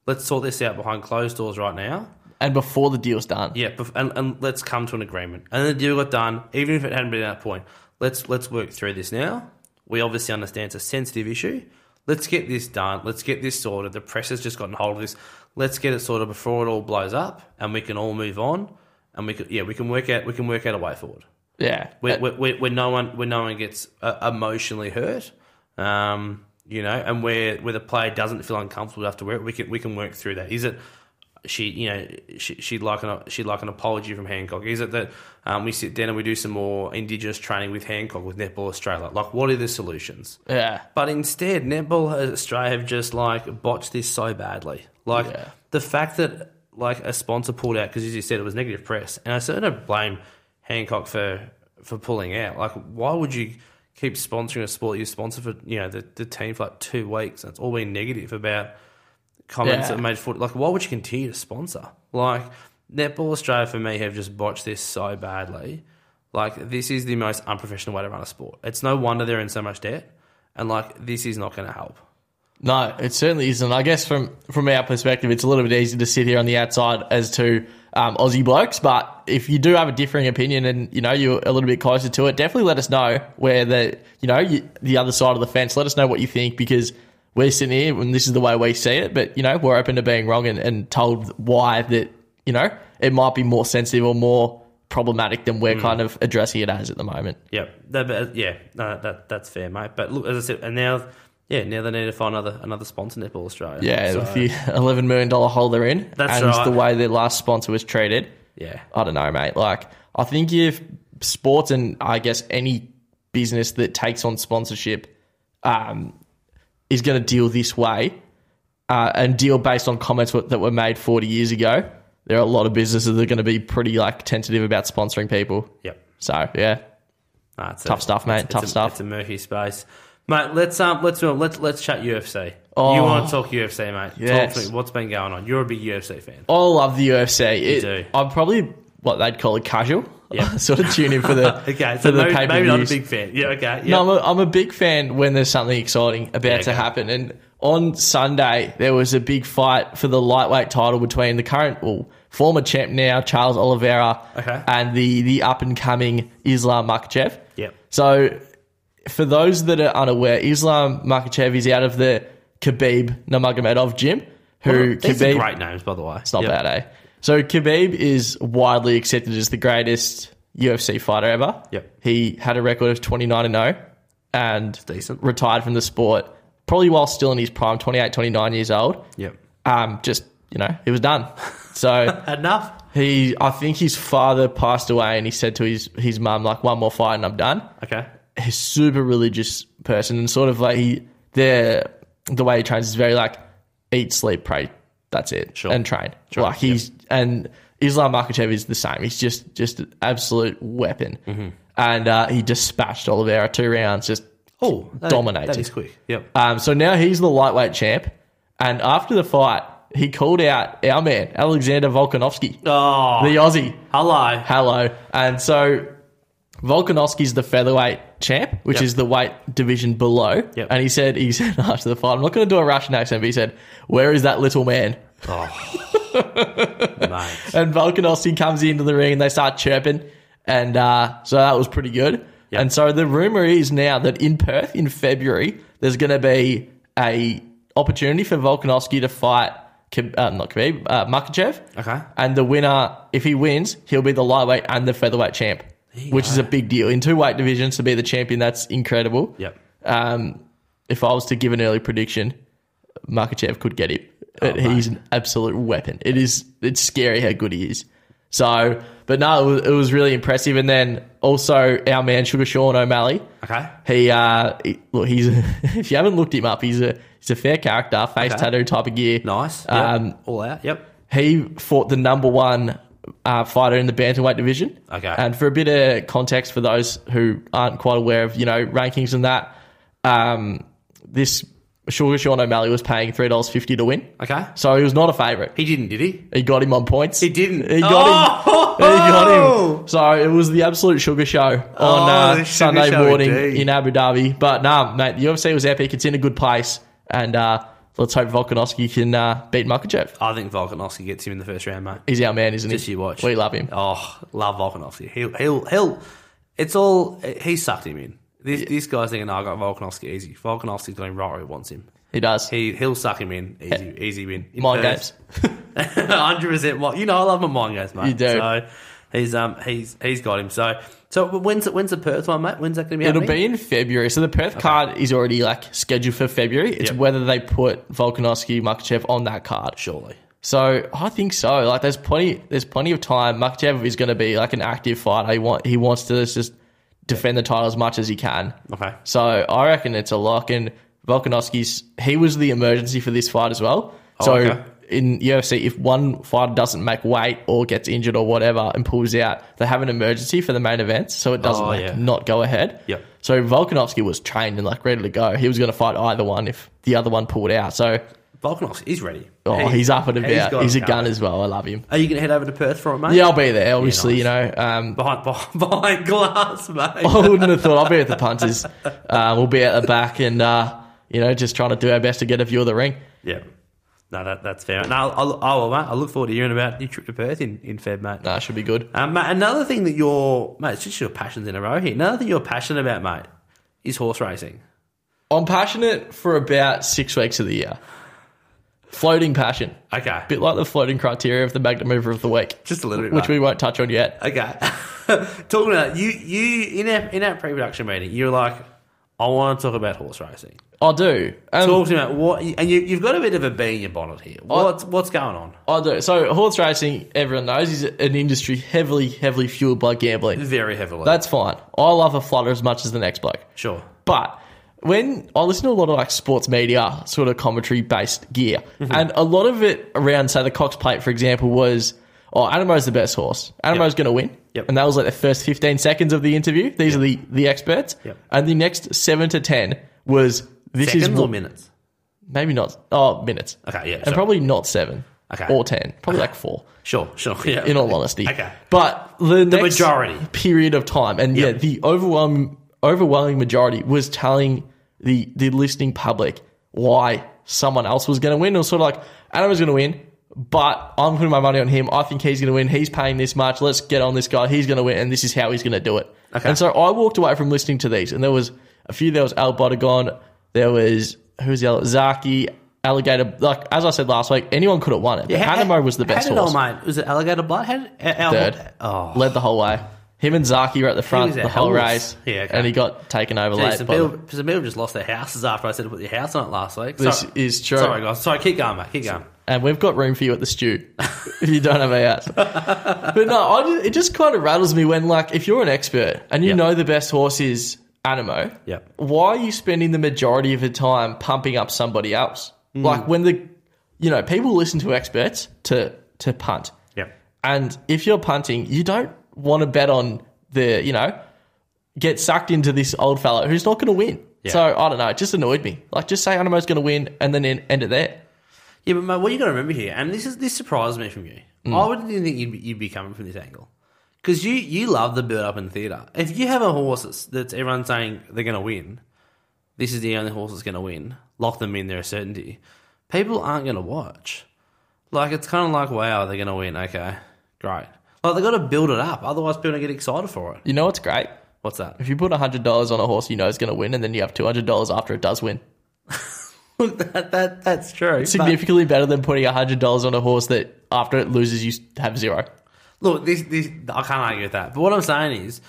Speaker 3: Let's sort this out behind closed doors right now.
Speaker 2: And before the deal's done.
Speaker 3: Yeah, bef- and, and let's come to an agreement. And the deal got done, even if it hadn't been at that point. Let's let's work through this now. We obviously understand it's a sensitive issue. Let's get this done. Let's get this sorted. The press has just gotten hold of this. Let's get it sorted before it all blows up, and we can all move on. And we can, yeah, we can work out we can work out a way forward
Speaker 2: Yeah. Uh,
Speaker 3: where, where, where, where no one where no one gets uh, emotionally hurt, um, you know, and where where the player doesn't feel uncomfortable after wear it, we can we can work through that. Is it she, you know, she, she'd like an she'd like an apology from Hancock. Is it that um, we sit down and we do some more Indigenous training with Hancock with Netball Australia? Like, what are the solutions?
Speaker 2: Yeah.
Speaker 3: But instead, Netball Australia have just like botched this so badly. Like
Speaker 2: Yeah.
Speaker 3: the fact that like a sponsor pulled out because, as you said, it was negative press, and I certainly don't blame Hancock for for pulling out. Like, why would you keep sponsoring a sport you sponsor for? You know, the, the team for like two weeks, and it's all been negative about comments
Speaker 2: Yeah.
Speaker 3: that made foot. Like, why would you continue to sponsor? Like, Netball Australia for me have just botched this so badly. Like, this is the most unprofessional way to run a sport. It's no wonder they're in so much debt, and like, this is not going to help.
Speaker 2: No, it certainly isn't. I guess from from our perspective, it's a little bit easy to sit here on the outside as to um, Aussie blokes. But if you do have a differing opinion and you know you're a little bit closer to it, definitely let us know where the you know you, the other side of the fence. Let us know what you think because we're sitting here and this is the way we see it. But you know we're open to being wrong and, and told why that you know it might be more sensitive or more problematic than
Speaker 3: Hmm.
Speaker 2: we're kind of addressing it as at the moment.
Speaker 3: Yeah, that, but, yeah, no, that that's fair, mate. But look, as I said, and now, yeah, now they need to find another another sponsor, Netball Australia.
Speaker 2: Yeah,
Speaker 3: So,
Speaker 2: with the eleven million dollar hole they're in,
Speaker 3: That's
Speaker 2: and
Speaker 3: right.
Speaker 2: the way their last sponsor was treated.
Speaker 3: yeah,
Speaker 2: I don't know, mate. Like, I think if sports and I guess any business that takes on sponsorship um, is going to deal this way uh, and deal based on comments wa- that were made 40 years ago, there are a lot of businesses that are going to be pretty like tentative about sponsoring people.
Speaker 3: yep.
Speaker 2: So yeah,
Speaker 3: Nah, it's
Speaker 2: Tough stuff, mate.
Speaker 3: it's
Speaker 2: Tough
Speaker 3: a-
Speaker 2: stuff.
Speaker 3: It's a murky space, mate. Let's um, let's move on. let's let's chat UFC.
Speaker 2: Oh.
Speaker 3: you want to talk UFC, mate? Talk
Speaker 2: Yes.
Speaker 3: to me. What's been going on? You're a big UFC fan.
Speaker 2: I love the UFC. It,
Speaker 3: do.
Speaker 2: I'm probably what they'd call a casual.
Speaker 3: Yeah.
Speaker 2: sort of tune in for the
Speaker 3: Okay,
Speaker 2: for
Speaker 3: so
Speaker 2: the
Speaker 3: maybe, maybe not a
Speaker 2: pay-per-views.
Speaker 3: big fan. Yeah, okay. Yeah.
Speaker 2: No, I'm a, I'm a big fan when there's something exciting about to
Speaker 3: okay.
Speaker 2: happen. And on Sunday, there was a big fight for the lightweight title between the current, well, former champ now, Charles Oliveira,
Speaker 3: Okay.
Speaker 2: and the, the up and coming Islam Makachev.
Speaker 3: Yep.
Speaker 2: So, for those that are unaware, Islam Makachev is out of the Khabib Nurmagomedov gym. Who
Speaker 3: These are
Speaker 2: Khabib
Speaker 3: great names, by the way.
Speaker 2: it's not bad, eh? So Khabib is widely accepted as the greatest UFC fighter ever.
Speaker 3: Yep.
Speaker 2: He had a record of 29 and 0 and
Speaker 3: decent.
Speaker 2: retired from the sport probably while still in his prime, 28, 29 years old.
Speaker 3: Yep.
Speaker 2: Um, just, you know, he was done. So
Speaker 3: Enough.
Speaker 2: he, I think his father passed away and he said to his, his mum, like, one more fight and I'm done
Speaker 3: Okay.
Speaker 2: a super religious person and sort of like he the the way he trains is very like eat, sleep, pray. That's it.
Speaker 3: Sure.
Speaker 2: And train. Like he's and Islam Makachev is the same. He's just just an absolute weapon.
Speaker 3: Mm-hmm.
Speaker 2: And uh, he dispatched Oliveira two rounds. Just
Speaker 3: Oh, that-
Speaker 2: Dominated.
Speaker 3: That is quick. Yep.
Speaker 2: um, so now he's the lightweight champ. And after the fight, he called out our man Alexander Volkanovski,
Speaker 3: Oh,
Speaker 2: the Aussie.
Speaker 3: hello.
Speaker 2: Hello. And so Volkanovski's the featherweight champ, which
Speaker 3: Yep.
Speaker 2: is the weight division below.
Speaker 3: Yep.
Speaker 2: And he said, he said after the fight, I'm not going to do a Russian accent, but he said, where is that little man?
Speaker 3: Oh, mate.
Speaker 2: And Volkanovski comes into the ring and they start chirping. And uh, so that was pretty good.
Speaker 3: Yep.
Speaker 2: And so the rumor is now that in Perth in February, there's going to be a opportunity for Volkanovski to fight, Khabib- uh, not Khabib, uh, Makachev.
Speaker 3: Okay.
Speaker 2: And the winner, if he wins, he'll be the lightweight and the featherweight champ, which is a big deal. In two weight divisions to be the champion, that's incredible.
Speaker 3: Yep.
Speaker 2: Um, if I was to give an early prediction, Makachev could get him. But he's an absolute weapon. It is it's scary how good he is. So, but no, it was, it was really impressive. And then also our man Sugar Sean O'Malley.
Speaker 3: Okay.
Speaker 2: He, uh, he- look, he's if you haven't looked him up, he's a he's a fair character, face
Speaker 3: Okay.
Speaker 2: tattoo type of gear.
Speaker 3: Nice. Yep.
Speaker 2: Um,
Speaker 3: All out. Yep.
Speaker 2: he fought the number one uh, fighter in the bantamweight division.
Speaker 3: Okay.
Speaker 2: Uh, And for a bit of context for those who aren't quite aware of you know rankings and that, um, this Sugar Sean O'Malley was paying three dollars fifty to win.
Speaker 3: Okay.
Speaker 2: So he was not a favourite.
Speaker 3: He didn't, did he?
Speaker 2: He got him on points.
Speaker 3: He didn't.
Speaker 2: He got
Speaker 3: Oh!
Speaker 2: him. He got him. So it was the absolute sugar show on uh,
Speaker 3: Oh, the sugar
Speaker 2: Sunday
Speaker 3: show
Speaker 2: morning
Speaker 3: indeed.
Speaker 2: in Abu Dhabi. But nah, mate, the UFC was epic. It's in a good place, and uh, let's hope Volkanovski can uh, beat Makachev.
Speaker 3: I think Volkanovski gets him in the first round, mate.
Speaker 2: He's our man, isn't
Speaker 3: Just
Speaker 2: he?
Speaker 3: you watch.
Speaker 2: We love him.
Speaker 3: Oh, love Volkanovski. He'll, he'll, he'll. It's all he sucked him in. This this guy's thinking, oh, I got Volkanovski easy. Volkanovski's got him right where he wants him.
Speaker 2: He does.
Speaker 3: He he'll suck him in easy, easy win. In
Speaker 2: Mind
Speaker 3: Perth. hundred percent. Well, you know I love my mind games, mate.
Speaker 2: You do.
Speaker 3: So he's um he's he's got him. So so when's when's the Perth one, mate? When's that going to be?
Speaker 2: It'll
Speaker 3: happening?
Speaker 2: be in February. So the Perth card is already like scheduled for February. It's
Speaker 3: Yep.
Speaker 2: whether they put Volkanovski, Makachev on that card.
Speaker 3: surely.
Speaker 2: So I think so. Like there's plenty there's plenty of time. Makhachev is going to be like an active fighter. He want he wants to just defend the title as much as he can.
Speaker 3: Okay.
Speaker 2: So I reckon it's a lock. And Volkanovski's he was the emergency for this fight as well.
Speaker 3: Oh,
Speaker 2: so
Speaker 3: okay.
Speaker 2: in UFC, if one fighter doesn't make weight or gets injured or whatever and pulls out, they have an emergency for the main event, so it doesn't
Speaker 3: Oh,
Speaker 2: like,
Speaker 3: yeah.
Speaker 2: not go ahead.
Speaker 3: Yep.
Speaker 2: So Volkanovski was trained and like ready to go. He was going to fight either one if the other one pulled out. So
Speaker 3: Volkanovski is ready.
Speaker 2: oh,
Speaker 3: Hey,
Speaker 2: he's up and
Speaker 3: he's
Speaker 2: about.
Speaker 3: got
Speaker 2: He's,
Speaker 3: it
Speaker 2: a gun
Speaker 3: covered.
Speaker 2: as well. I love him.
Speaker 3: Are you going to head over to Perth for it, mate?
Speaker 2: Yeah, I'll be there. Obviously, you know. Um,
Speaker 3: Behind, behind, behind glass, mate.
Speaker 2: I wouldn't have thought I'll be at the punters. Uh, we'll be at the back and uh, you know just trying to do our best to get a view of the ring.
Speaker 3: Yeah. No, that, that's fair. No, I'll, I'll, I'll, mate, I look forward to hearing about your trip to Perth in, in Feb, mate.
Speaker 2: That should be good.
Speaker 3: Um, mate, another thing that you're, mate, it's just your passions in a row here. Another thing you're passionate about, mate, is horse racing.
Speaker 2: I'm passionate for about six weeks of the year. Floating passion,
Speaker 3: Okay.
Speaker 2: bit like the floating criteria of the magnet mover of the week,
Speaker 3: Just a little bit,
Speaker 2: which
Speaker 3: mate.
Speaker 2: we won't touch on yet.
Speaker 3: Okay. Talking about you, you in our in our pre-production meeting, you're like, I want to talk about horse racing.
Speaker 2: I do. Um,
Speaker 3: Talk to me about what, and you, you've got a bit of a bee in your bonnet here. What's what's going on?
Speaker 2: I do. So horse racing, everyone knows, is an industry heavily, heavily fueled by gambling.
Speaker 3: Very heavily.
Speaker 2: That's fine. I love a flutter as much as the next bloke.
Speaker 3: sure.
Speaker 2: But when I listen to a lot of like sports media sort of commentary based gear,
Speaker 3: Mm-hmm.
Speaker 2: and a lot of it around, say, the Cox Plate, for example, was, oh, Anamo's the best horse. Anamo's going to win.
Speaker 3: Yep.
Speaker 2: And that was like the first 15 seconds of the interview. These are the, the experts.
Speaker 3: Yep.
Speaker 2: And the next seven to 10 was, this
Speaker 3: Seconds
Speaker 2: is
Speaker 3: or
Speaker 2: what-
Speaker 3: minutes?
Speaker 2: maybe not, oh, minutes.
Speaker 3: Okay, yeah,
Speaker 2: And
Speaker 3: sure.
Speaker 2: probably not seven.
Speaker 3: Okay.
Speaker 2: Or 10. Probably like four
Speaker 3: Sure, sure. Yeah.
Speaker 2: in all honesty.
Speaker 3: Okay.
Speaker 2: But the, next
Speaker 3: majority.
Speaker 2: period of time, and yeah,
Speaker 3: Yep.
Speaker 2: the overwhelming overwhelming majority was telling the the listening public why someone else was going to win. It was sort of like Adam was going to win, but I'm putting my money on him. I think he's going to win. He's paying this much. Let's get on this guy. He's going to win, and this is how he's going to do it.
Speaker 3: Okay.
Speaker 2: And so I walked away from listening to these, and there was a few. There was Al Bodegon. There was who's the other Zaki. Alligator, like as I said last week, anyone could have won it. But
Speaker 3: How-
Speaker 2: Adamo was the
Speaker 3: how
Speaker 2: best
Speaker 3: did old
Speaker 2: horse.
Speaker 3: mate? Was it alligator blood? How did, Al-
Speaker 2: Third.
Speaker 3: Oh,
Speaker 2: Led the whole way. Him and Zaki were at the front
Speaker 3: was a
Speaker 2: the whole
Speaker 3: hell of a-
Speaker 2: race.
Speaker 3: Yeah, okay.
Speaker 2: And he got taken over
Speaker 3: Jeez,
Speaker 2: late.
Speaker 3: some,
Speaker 2: by
Speaker 3: people,
Speaker 2: the-
Speaker 3: some people just lost their houses after I said to put your house on it last week.
Speaker 2: This
Speaker 3: Sorry.
Speaker 2: is true.
Speaker 3: Sorry, guys. Sorry, keep going, mate. Keep going.
Speaker 2: and we've got room for you at the stew if you don't have a house. but no, I just, it just kind of rattles me when, like, if you're an expert and you
Speaker 3: Yep.
Speaker 2: know the best horse is Animo,
Speaker 3: Yep.
Speaker 2: why are you spending the majority of the time pumping up somebody else?
Speaker 3: Hmm.
Speaker 2: Like, when the, you know, people listen to experts to, to punt.
Speaker 3: Yep.
Speaker 2: And if you're punting, you don't want to bet on the, you know, get sucked into this old fella who's not going to win.
Speaker 3: Yeah.
Speaker 2: So I don't know. It just annoyed me. Like, just say Animo's going to win and then en- end it there.
Speaker 3: Yeah, but mate, what you got to remember here, and this is this surprised me from you. I wouldn't even think you'd be, you'd be coming from this angle because you you love the build up in theatre. If you have a horse that's, that's everyone's saying they're going to win, this is the only horse that's going to win. Lock them in, they're a certainty. People aren't going to watch. Like it's kind of like, wow, they're going to win. Okay, great. Like they got to build it up, otherwise people don't get excited for it.
Speaker 2: You know what's great?
Speaker 3: What's that?
Speaker 2: If you put $100 on a horse you know is going to win and then you have $200 after it does win.
Speaker 3: that, that that's true.
Speaker 2: It's
Speaker 3: but-
Speaker 2: significantly better than putting $100 on a horse that after it loses, you have zero.
Speaker 3: Look, this, this I can't argue with that. But what I'm saying is,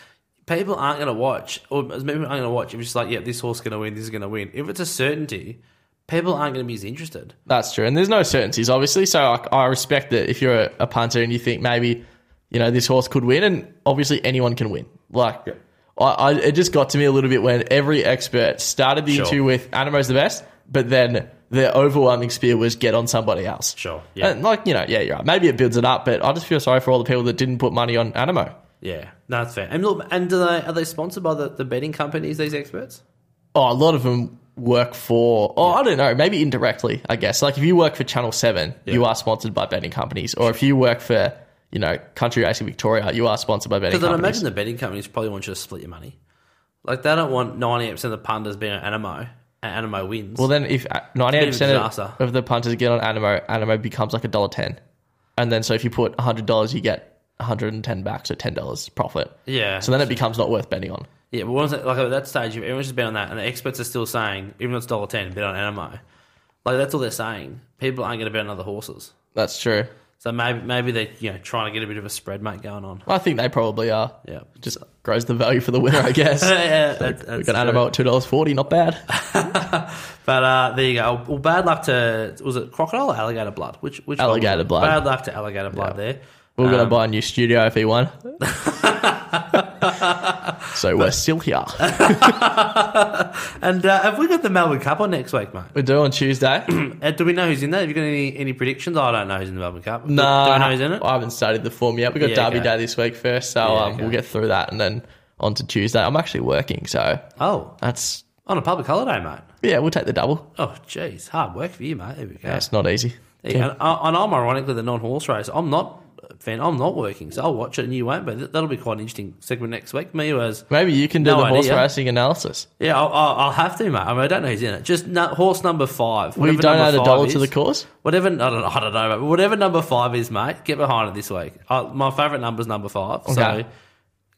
Speaker 3: people aren't going to watch, or maybe aren't going to watch if it's just like, yeah, this horse going to win, this is going to win. If it's a certainty, people aren't going to be as interested.
Speaker 2: That's true. And there's no certainties, obviously. So I, I respect that if you're a, a punter and you think maybe, you know, this horse could win, and obviously anyone can win. Like, I, I, it just got to me a little bit when every expert started the
Speaker 3: Sure.
Speaker 2: interview with Animo's the best, but then their overwhelming spear was get on somebody else.
Speaker 3: Sure, yeah.
Speaker 2: And like, you know, yeah, you're right. Maybe it builds it up, but I just feel sorry for all the people that didn't put money on Animo.
Speaker 3: Yeah, no, that's fair. And look, and do they, are they sponsored by the, the betting companies? These experts?
Speaker 2: Oh, a lot of them work for, oh, I don't know, maybe indirectly, I guess. Like if you work for Channel 7, you are sponsored by betting companies. Or if you work for, you know, Country Racing Victoria, you are sponsored by betting
Speaker 3: Because I
Speaker 2: companies.
Speaker 3: imagine the betting companies probably want you to split your money. Like they don't want 98% of the punters being on Animo, and Animo wins.
Speaker 2: well, then if uh, 98%
Speaker 3: disaster.
Speaker 2: of, of the punters get on Animo, Animo becomes like a dollar 10 And then so if you put $100, you get 110 back, so $10 profit.
Speaker 3: yeah.
Speaker 2: So then it becomes not worth betting on.
Speaker 3: Yeah, but once like at that stage, if everyone's just been on that, and the experts are still saying, even though it's dollar ten, bet on Animo. Like that's all they're saying. People aren't going to bet on other horses.
Speaker 2: That's true.
Speaker 3: So maybe maybe they're you know trying to get a bit of a spread mate going on.
Speaker 2: I think they probably are.
Speaker 3: Yeah.
Speaker 2: Just grows the value for the winner, I guess.
Speaker 3: Yeah, yeah,
Speaker 2: We
Speaker 3: that's
Speaker 2: got
Speaker 3: true.
Speaker 2: Annabelle at two dollars forty. Not bad.
Speaker 3: But uh, there you go. Well, bad luck to was it crocodile or alligator blood? Which which one?
Speaker 2: Alligator blood.
Speaker 3: Bad luck to alligator blood there.
Speaker 2: We're gonna
Speaker 3: Um,
Speaker 2: buy a new studio if he won. so we're still here.
Speaker 3: And uh, have we got the Melbourne Cup on next week, mate?
Speaker 2: We're doing Tuesday.
Speaker 3: Uh, do we know who's in there? Have you got any, any predictions? I don't know who's in the Melbourne Cup.
Speaker 2: No,
Speaker 3: Do we know who's in it?
Speaker 2: I haven't studied the form yet. We got
Speaker 3: Yeah,
Speaker 2: Derby
Speaker 3: okay.
Speaker 2: Day this week first, so
Speaker 3: Yeah,
Speaker 2: um,
Speaker 3: okay.
Speaker 2: we'll get through that and then on to Tuesday. I'm actually working, so
Speaker 3: Oh,
Speaker 2: that's
Speaker 3: on a public holiday, mate.
Speaker 2: yeah. We'll take the double.
Speaker 3: Oh, jeez. Hard work for you, mate. There we go.
Speaker 2: That's not easy.
Speaker 3: There you go. And, I- and I'm ironically the non horse race. I'm not. Fan, I'm not working, so I'll watch it and you won't. But th- that'll be quite an interesting segment next week. Me as
Speaker 2: Maybe you can do
Speaker 3: No
Speaker 2: the horse
Speaker 3: idea.
Speaker 2: racing analysis.
Speaker 3: yeah, I'll, I'll I'll have to, mate. I, mean, I don't know who's in it. Just nu- horse number five.
Speaker 2: We
Speaker 3: Whatever
Speaker 2: don't
Speaker 3: number
Speaker 2: add a
Speaker 3: five
Speaker 2: dollar to
Speaker 3: is.
Speaker 2: the cause.
Speaker 3: Whatever, I don't, I don't know, but whatever number five is, mate, get behind it this week. I, my favourite number's number five, so
Speaker 2: Okay.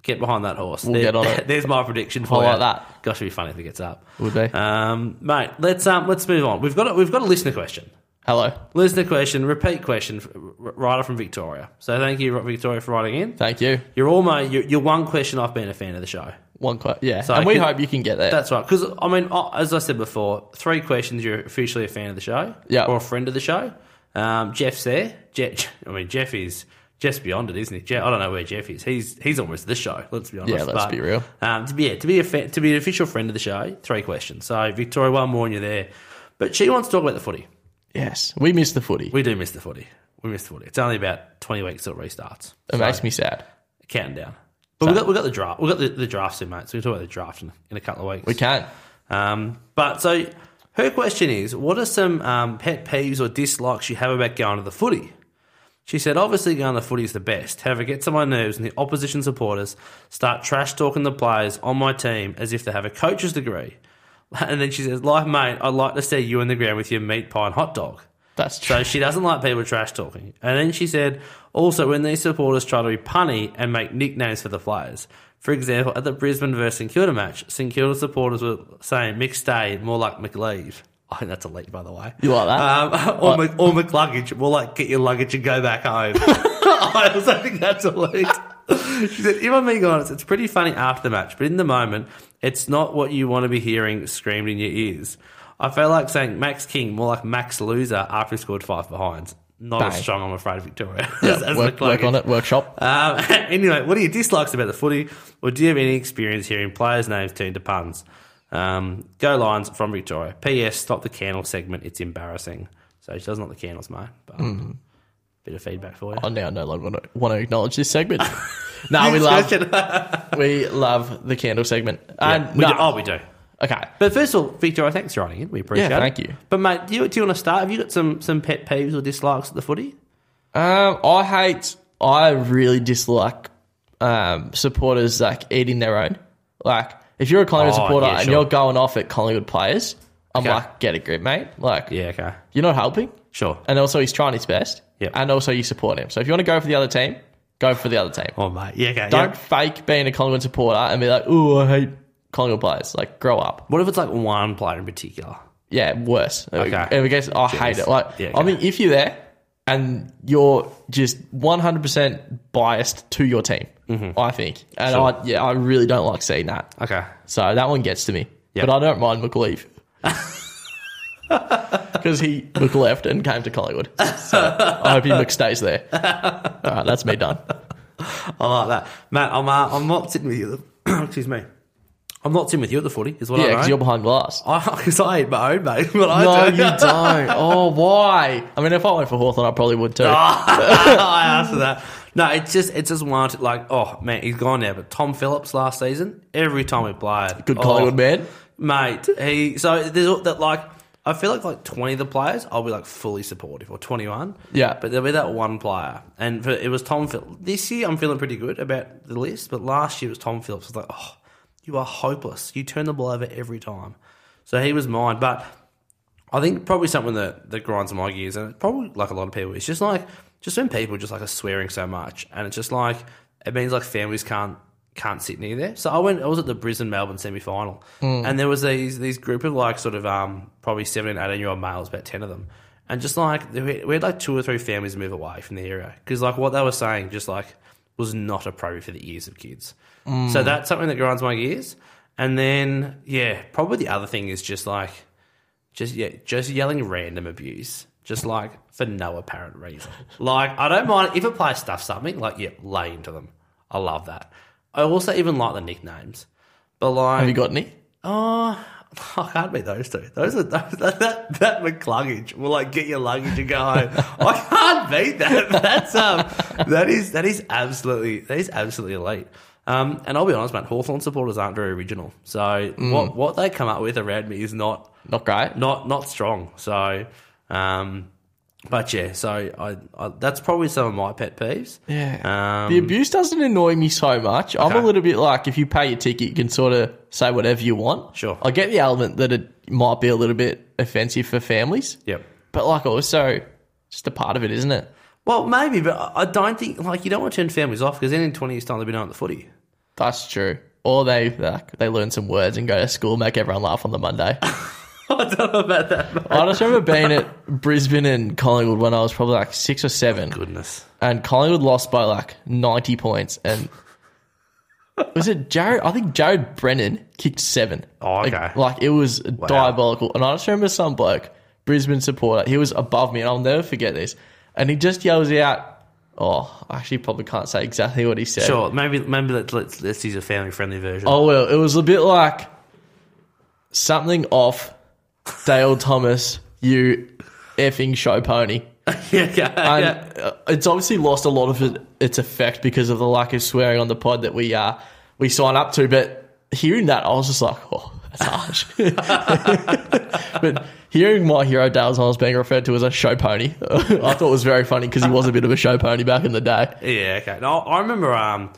Speaker 3: get behind that horse.
Speaker 2: We'll get on it.
Speaker 3: There's my prediction for
Speaker 2: I like
Speaker 3: you.
Speaker 2: that.
Speaker 3: Gosh, it'd be funny if it gets up.
Speaker 2: Would be.
Speaker 3: um, mate. Let's um, let's move on. We've got a, we've got a listener question.
Speaker 2: Hello,
Speaker 3: Listener question, repeat question, r- r- writer from Victoria. So thank you, Victoria, for writing in.
Speaker 2: thank you.
Speaker 3: You're almost you're, you're one question I've been a fan of the show.
Speaker 2: One quote, yeah.
Speaker 3: So
Speaker 2: and
Speaker 3: I
Speaker 2: we
Speaker 3: could-
Speaker 2: hope you can get there.
Speaker 3: That's right. Because I mean, uh, as I said before, three questions. You're officially a fan of the show,
Speaker 2: Yeah.
Speaker 3: or a friend of the show. Um, Jeff's there. Jeff, I mean, Jeff is just beyond it, isn't he? Jeff, I don't know where Jeff is. He's he's almost this show. Let's be honest.
Speaker 2: Yeah, let's be real.
Speaker 3: Um, to be yeah, to be a fa- to be an official friend of the show, three questions. So Victoria, one more, and you're there. But she wants to talk about the footy.
Speaker 2: Yes, we missed the footy.
Speaker 3: We do miss the footy. We miss the footy. It's only about twenty weeks till it restarts.
Speaker 2: It makes me sad.
Speaker 3: Counting down. But we got we got the draft. We got the, the draft soon, mate. So we can talk about the draft in, in a couple of weeks.
Speaker 2: We can't.
Speaker 3: Um, but so her question is, what are some um, pet peeves or dislikes you have about going to the footy? She said, obviously going to the footy is the best. However, it gets on my nerves and the opposition supporters start trash talking the players on my team as if they have a coach's degree. And then she says, like, mate, I'd like to see you in the ground with your meat pie and hot dog.
Speaker 2: That's true.
Speaker 3: So she doesn't like people trash talking. And then she said, also when these supporters try to be punny and make nicknames for the players. For example, at the Brisbane versus St Kilda match, St Kilda supporters were saying McStay, more like McLeave. I think that's elite, by the way.
Speaker 2: You like that?
Speaker 3: Um,
Speaker 2: Uh,
Speaker 3: or, Mc, or McLuggage, more like get your luggage and go back home. I also think that's elite. She said, if I'm being honest, it's pretty funny after the match, but in the moment, it's not what you want to be hearing screamed in your ears. I felt like saying Max King, more like Max Loser, after he scored five behinds. Not as
Speaker 2: Bang.
Speaker 3: strong, I'm afraid, Victoria. as-
Speaker 2: yeah,
Speaker 3: as
Speaker 2: work, work
Speaker 3: McLuggage.
Speaker 2: on it. Workshop.
Speaker 3: Um, anyway, what are your dislikes about the footy, or do you have any experience hearing players' names turned to puns? Um, go Lions from Victoria. P.S. Stop the candle segment. It's embarrassing. So she doesn't like the candles, mate. But
Speaker 2: Hmm.
Speaker 3: um, bit of feedback for you.
Speaker 2: I now no longer want to, want to acknowledge this segment. no, Oh, we love we love the candle segment. And
Speaker 3: we
Speaker 2: no,
Speaker 3: do, oh, we do.
Speaker 2: okay.
Speaker 3: But first of all, Victoria, thanks for writing in. We appreciate
Speaker 2: Yeah,
Speaker 3: it.
Speaker 2: thank you.
Speaker 3: But mate, do you, do you want to start? Have you got some some pet peeves or dislikes at the footy?
Speaker 2: Um, I hate. I really dislike um, supporters like eating their own. Like if you're a Collingwood
Speaker 3: Oh,
Speaker 2: supporter
Speaker 3: yeah,
Speaker 2: and
Speaker 3: sure.
Speaker 2: you're going off at Collingwood players, I'm
Speaker 3: Okay.
Speaker 2: like, get a grip, mate. Like
Speaker 3: Yeah, okay,
Speaker 2: you're not helping.
Speaker 3: sure.
Speaker 2: And also, he's trying his best.
Speaker 3: Yep.
Speaker 2: And also, you support him. So if you want to go for the other team, go for the other team.
Speaker 3: Oh mate, yeah, okay.
Speaker 2: Don't
Speaker 3: yeah.
Speaker 2: fake being a Collingwood supporter and be like, "Oh, I hate Collingwood players." Like, grow up.
Speaker 3: What if it's like one player in particular?
Speaker 2: Yeah, worse.
Speaker 3: Okay.
Speaker 2: If it gets, I hate it. Like,
Speaker 3: Yeah,
Speaker 2: I
Speaker 3: okay.
Speaker 2: mean, if you're there and you're just 100 percent biased to your team,
Speaker 3: Mm-hmm.
Speaker 2: I think, and I yeah, I really don't like seeing that.
Speaker 3: Okay,
Speaker 2: So that one gets to me.
Speaker 3: Yep.
Speaker 2: But I don't mind McLeave. Because he McLeft left and came to Collingwood. So I hope he McStays there. All right, that's me done.
Speaker 3: I like that, Matt. I'm uh, I'm not sitting with you. at the- Excuse me. I'm not sitting with you at the footy. Is what
Speaker 2: Yeah,
Speaker 3: I
Speaker 2: because
Speaker 3: know.
Speaker 2: you're behind glass.
Speaker 3: Because I ate my own, mate. What I
Speaker 2: No,
Speaker 3: do.
Speaker 2: you don't. Oh, why? I mean, if I went for Hawthorn, I probably would too.
Speaker 3: Ah, I asked for that. No, it's just it's just one like oh man, he's gone now. But Tom Phillips last season, every time we played,
Speaker 2: Good
Speaker 3: oh,
Speaker 2: Collingwood man.
Speaker 3: mate. He so there's all that like I feel like like twenty of the players I'll be like fully supportive or twenty one.
Speaker 2: Yeah.
Speaker 3: but there'll be that one player, and for, it was Tom Phillips. This year I'm feeling pretty good about the list, but last year it was Tom Phillips. I was like, oh, you are hopeless. You turn the ball over every time. So he was mine, but I think probably something that, that grinds my gears, and it's probably like a lot of people, it's just like just when people just like are swearing so much, and it's just like it means like families can't can't sit near there. So I went, I was at the Brisbane Melbourne semi final, and there was these these group of like sort of um probably 17, 18 year old males, about ten of them, And just like we we had like two or three families move away from the area because like what they were saying just like was not appropriate for the ears of kids. So that's something that grinds my gears. And then yeah, probably the other thing is just like just yeah, just yelling random abuse, just like for no apparent reason. Like I don't mind if a player stuffs something, like yeah, lay into them. I love that. I also even like the nicknames, but like
Speaker 2: Have you got any?
Speaker 3: Oh, I can't be those two. Those are those, that, that that McLuggage will like get your luggage and go home. I can't beat that. That's um, that is that is absolutely that is absolutely elite. Um, and I'll be honest, man, Hawthorn supporters aren't very original. So
Speaker 2: Mm.
Speaker 3: what what they come up with around me is not
Speaker 2: Not great.
Speaker 3: not not strong. So, um, but yeah, so I, I that's probably some of my pet peeves.
Speaker 2: Yeah.
Speaker 3: Um,
Speaker 2: the abuse doesn't annoy me so much. I'm a
Speaker 3: Okay.
Speaker 2: little bit like if you pay your ticket, you can sort of say whatever you want.
Speaker 3: Sure.
Speaker 2: I get the element that it might be a little bit offensive for families.
Speaker 3: Yep.
Speaker 2: But like also just a part of it, isn't it?
Speaker 3: Well, maybe, but I- I don't think like you don't want to turn families off because then in twenty years time they'll be down at the footy.
Speaker 2: That's true. Or they like, they learn some words and go to school, make everyone laugh on the Monday.
Speaker 3: I don't know about that. mate.
Speaker 2: I just remember being at Brisbane and Collingwood when I was probably like six or seven,
Speaker 3: Goodness.
Speaker 2: and Collingwood lost by like ninety points. And was it Jared? I think Jared Brennan kicked seven.
Speaker 3: Oh, okay.
Speaker 2: Like, like, it was diabolical. And I just remember some bloke, Brisbane supporter, he was above me, and I'll never forget this. And he just yells out, "Oh, I actually probably can't say exactly what he said."
Speaker 3: Sure. Maybe maybe let's let's, let's use a family friendly version.
Speaker 2: Oh well, it was a bit like something off Dale Thomas, you effing show pony.
Speaker 3: yeah, yeah,
Speaker 2: And
Speaker 3: yeah.
Speaker 2: uh, it's obviously lost a lot of it, its effect because of the lack of swearing on the pod that we uh, we sign up to. But hearing that, I was just like, oh, that's harsh. but hearing my hero Dale Thomas being referred to as a show pony, I thought was very funny because he was a bit of a show pony back in the day.
Speaker 3: Yeah, okay. No, I remember. Um,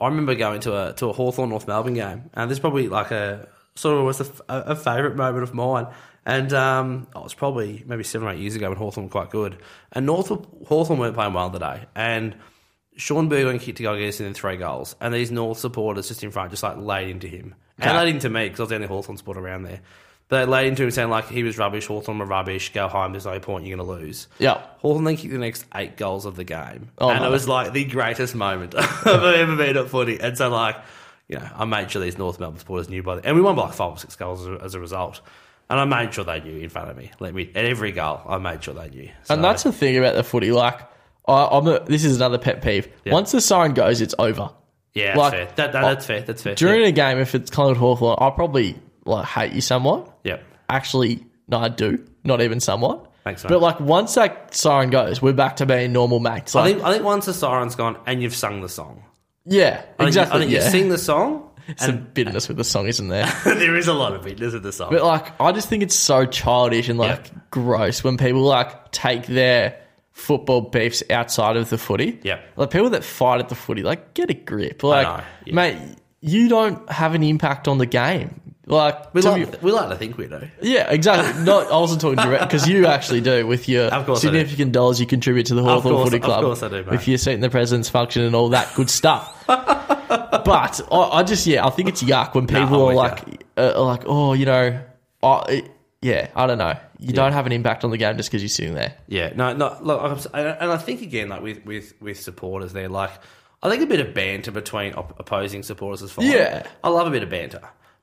Speaker 3: I remember going to a to a Hawthorn North Melbourne game, and this is probably like a sort of was a, f- a- a favourite moment of mine. And um, oh, it was probably maybe seven or eight years ago when Hawthorn were quite good, and North Hawthorn weren't playing well today, and. Sean Burgoyne kicked to go against him in three goals, and these North supporters just in front just like laid into him and
Speaker 2: Okay.
Speaker 3: laid into me because I was the only Hawthorn supporter around there. But they laid into him saying like he was rubbish, Hawthorn were rubbish, go home, there's no point, you're going to lose.
Speaker 2: Yeah.
Speaker 3: Hawthorn then kicked the next eight goals of the game.
Speaker 2: Oh,
Speaker 3: and
Speaker 2: no.
Speaker 3: it was like the greatest moment I've ever been at footy. And so, like, you know, I made sure these North Melbourne supporters knew by the And we won by like five or six goals as a, as a result. And I made sure they knew in front of me. Let me at every goal, I made sure they knew. So,
Speaker 2: And that's the thing about the footy. Like, I, I'm a, this is another pet peeve. Once the sign goes, it's over.
Speaker 3: yeah, that's
Speaker 2: like,
Speaker 3: fair. That, that,
Speaker 2: I-
Speaker 3: that's fair. That's fair.
Speaker 2: During a game, if it's Collingwood Hawthorn, I'll probably like hate you somewhat.
Speaker 3: yeah. Yep.
Speaker 2: Actually, no, I do. Not even somewhat.
Speaker 3: Thanks, mate.
Speaker 2: But like once that siren goes, we're back to being normal mates.
Speaker 3: I
Speaker 2: Like,
Speaker 3: think, I think once the siren's gone and you've sung the song.
Speaker 2: yeah,
Speaker 3: I think,
Speaker 2: exactly.
Speaker 3: I think
Speaker 2: yeah.
Speaker 3: you sing the song,
Speaker 2: Some bitterness with the song, isn't there?
Speaker 3: and there is a lot of bitterness in the song.
Speaker 2: but like, I just think it's so childish and like gross when people like take their football beefs outside of the footy.
Speaker 3: Yep.
Speaker 2: like people that fight at the footy, like get a grip. Like,
Speaker 3: know, yeah.
Speaker 2: mate, you don't have an impact on the game. Like,
Speaker 3: we,
Speaker 2: to
Speaker 3: like,
Speaker 2: be-
Speaker 3: we like to think we do.
Speaker 2: Yeah, exactly. Not, I wasn't talking direct because you actually do with your
Speaker 3: Of course I do.
Speaker 2: significant dollars you contribute to the Hawthorn
Speaker 3: course-
Speaker 2: Footy
Speaker 3: of
Speaker 2: Club.
Speaker 3: course I do, mate.
Speaker 2: With your seat in the president's function and all that good stuff. but I, I just yeah, I think it's yuck when people
Speaker 3: I'm
Speaker 2: are
Speaker 3: with
Speaker 2: like, uh, are like, oh, you know, I, it- yeah, I don't know. You don't have an impact on the game just because you're sitting there.
Speaker 3: Yeah, no, no. Look, I'm, s- and I- and I think again, like with with with supporters, there, like I think a bit of banter between op- opposing supporters is fine.
Speaker 2: Yeah.
Speaker 3: I love a bit of banter,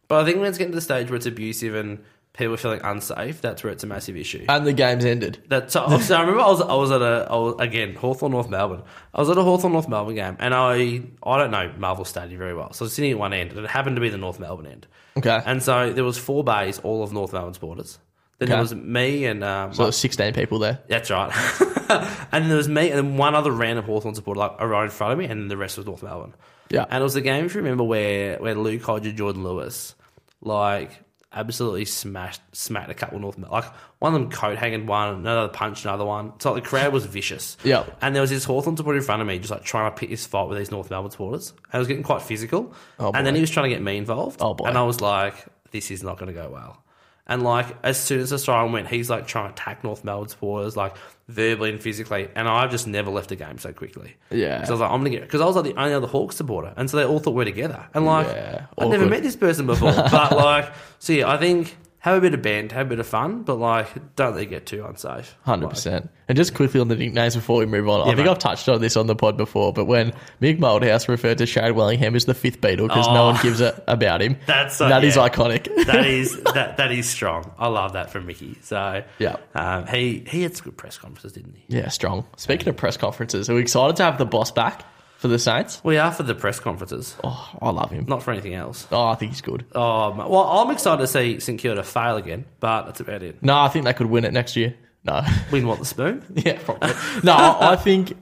Speaker 3: but I think when it's getting to the stage where it's abusive and people are feeling unsafe, that's where it's a massive issue.
Speaker 2: And the game's ended.
Speaker 3: That's so, so I remember I was I was at a I was, again Hawthorn North Melbourne. I was at a Hawthorn North Melbourne game, and I I don't know Marvel Stadium very well, so I was sitting at one end, and it happened to be the North Melbourne end.
Speaker 2: Okay.
Speaker 3: And so there was four bays, all of North Melbourne supporters. Then there
Speaker 2: Okay.
Speaker 3: was me and um,
Speaker 2: So there's 16 people there.
Speaker 3: that's right. and then there was me and then one other random Hawthorn supporter like right in front of me, and then the rest was North Melbourne.
Speaker 2: Yeah.
Speaker 3: And it was the game, if you remember, where where Luke Hodge and Jordan Lewis like absolutely smashed smacked a couple of North Mel- like one of them coat hanging one, another punched another one. So like, the crowd was vicious.
Speaker 2: Yeah.
Speaker 3: And there was this Hawthorn supporter in front of me, just like trying to pick his fight with these North Melbourne supporters. And it was getting quite physical.
Speaker 2: Oh,
Speaker 3: and then
Speaker 2: boy.
Speaker 3: he was trying to get me involved.
Speaker 2: Oh, boy.
Speaker 3: And I was like, this is not going to go well. And like, as soon as the siren went, he's like trying to attack North Melbourne supporters, like verbally and physically. And I've just never left a game so quickly.
Speaker 2: Yeah.
Speaker 3: So I was like, I'm gonna get because I was like the only other Hawks supporter, and so they all thought we're together. And like,
Speaker 2: Yeah,
Speaker 3: I've never
Speaker 2: awkward.
Speaker 3: met this person before, but like, so yeah, I think have a bit of band, have a bit of fun, but like, don't they get too unsafe?
Speaker 2: Hundred percent. And just quickly on the nicknames before we move on, I think
Speaker 3: mate.
Speaker 2: I've touched on this on the pod before, but when Mick Moldhouse referred to Shad Wellingham as the fifth beetle because no
Speaker 3: Oh.
Speaker 2: one gives a about him,
Speaker 3: That's so-
Speaker 2: that is
Speaker 3: yeah.
Speaker 2: iconic.
Speaker 3: that is that that is strong. I love that from Mickey. So
Speaker 2: Yeah.
Speaker 3: um, he he had some good press conferences, didn't he?
Speaker 2: yeah, strong. Speaking of press conferences, are we excited to have the boss back for the Saints?
Speaker 3: We are for the press conferences,
Speaker 2: Oh, I love him.
Speaker 3: not for anything else.
Speaker 2: Oh, I think he's good.
Speaker 3: Um, well, I'm excited to see St Kilda fail again, but that's about it.
Speaker 2: No, I think they could win it next year. No.
Speaker 3: Win what the spoon?
Speaker 2: yeah, probably. no, I, I think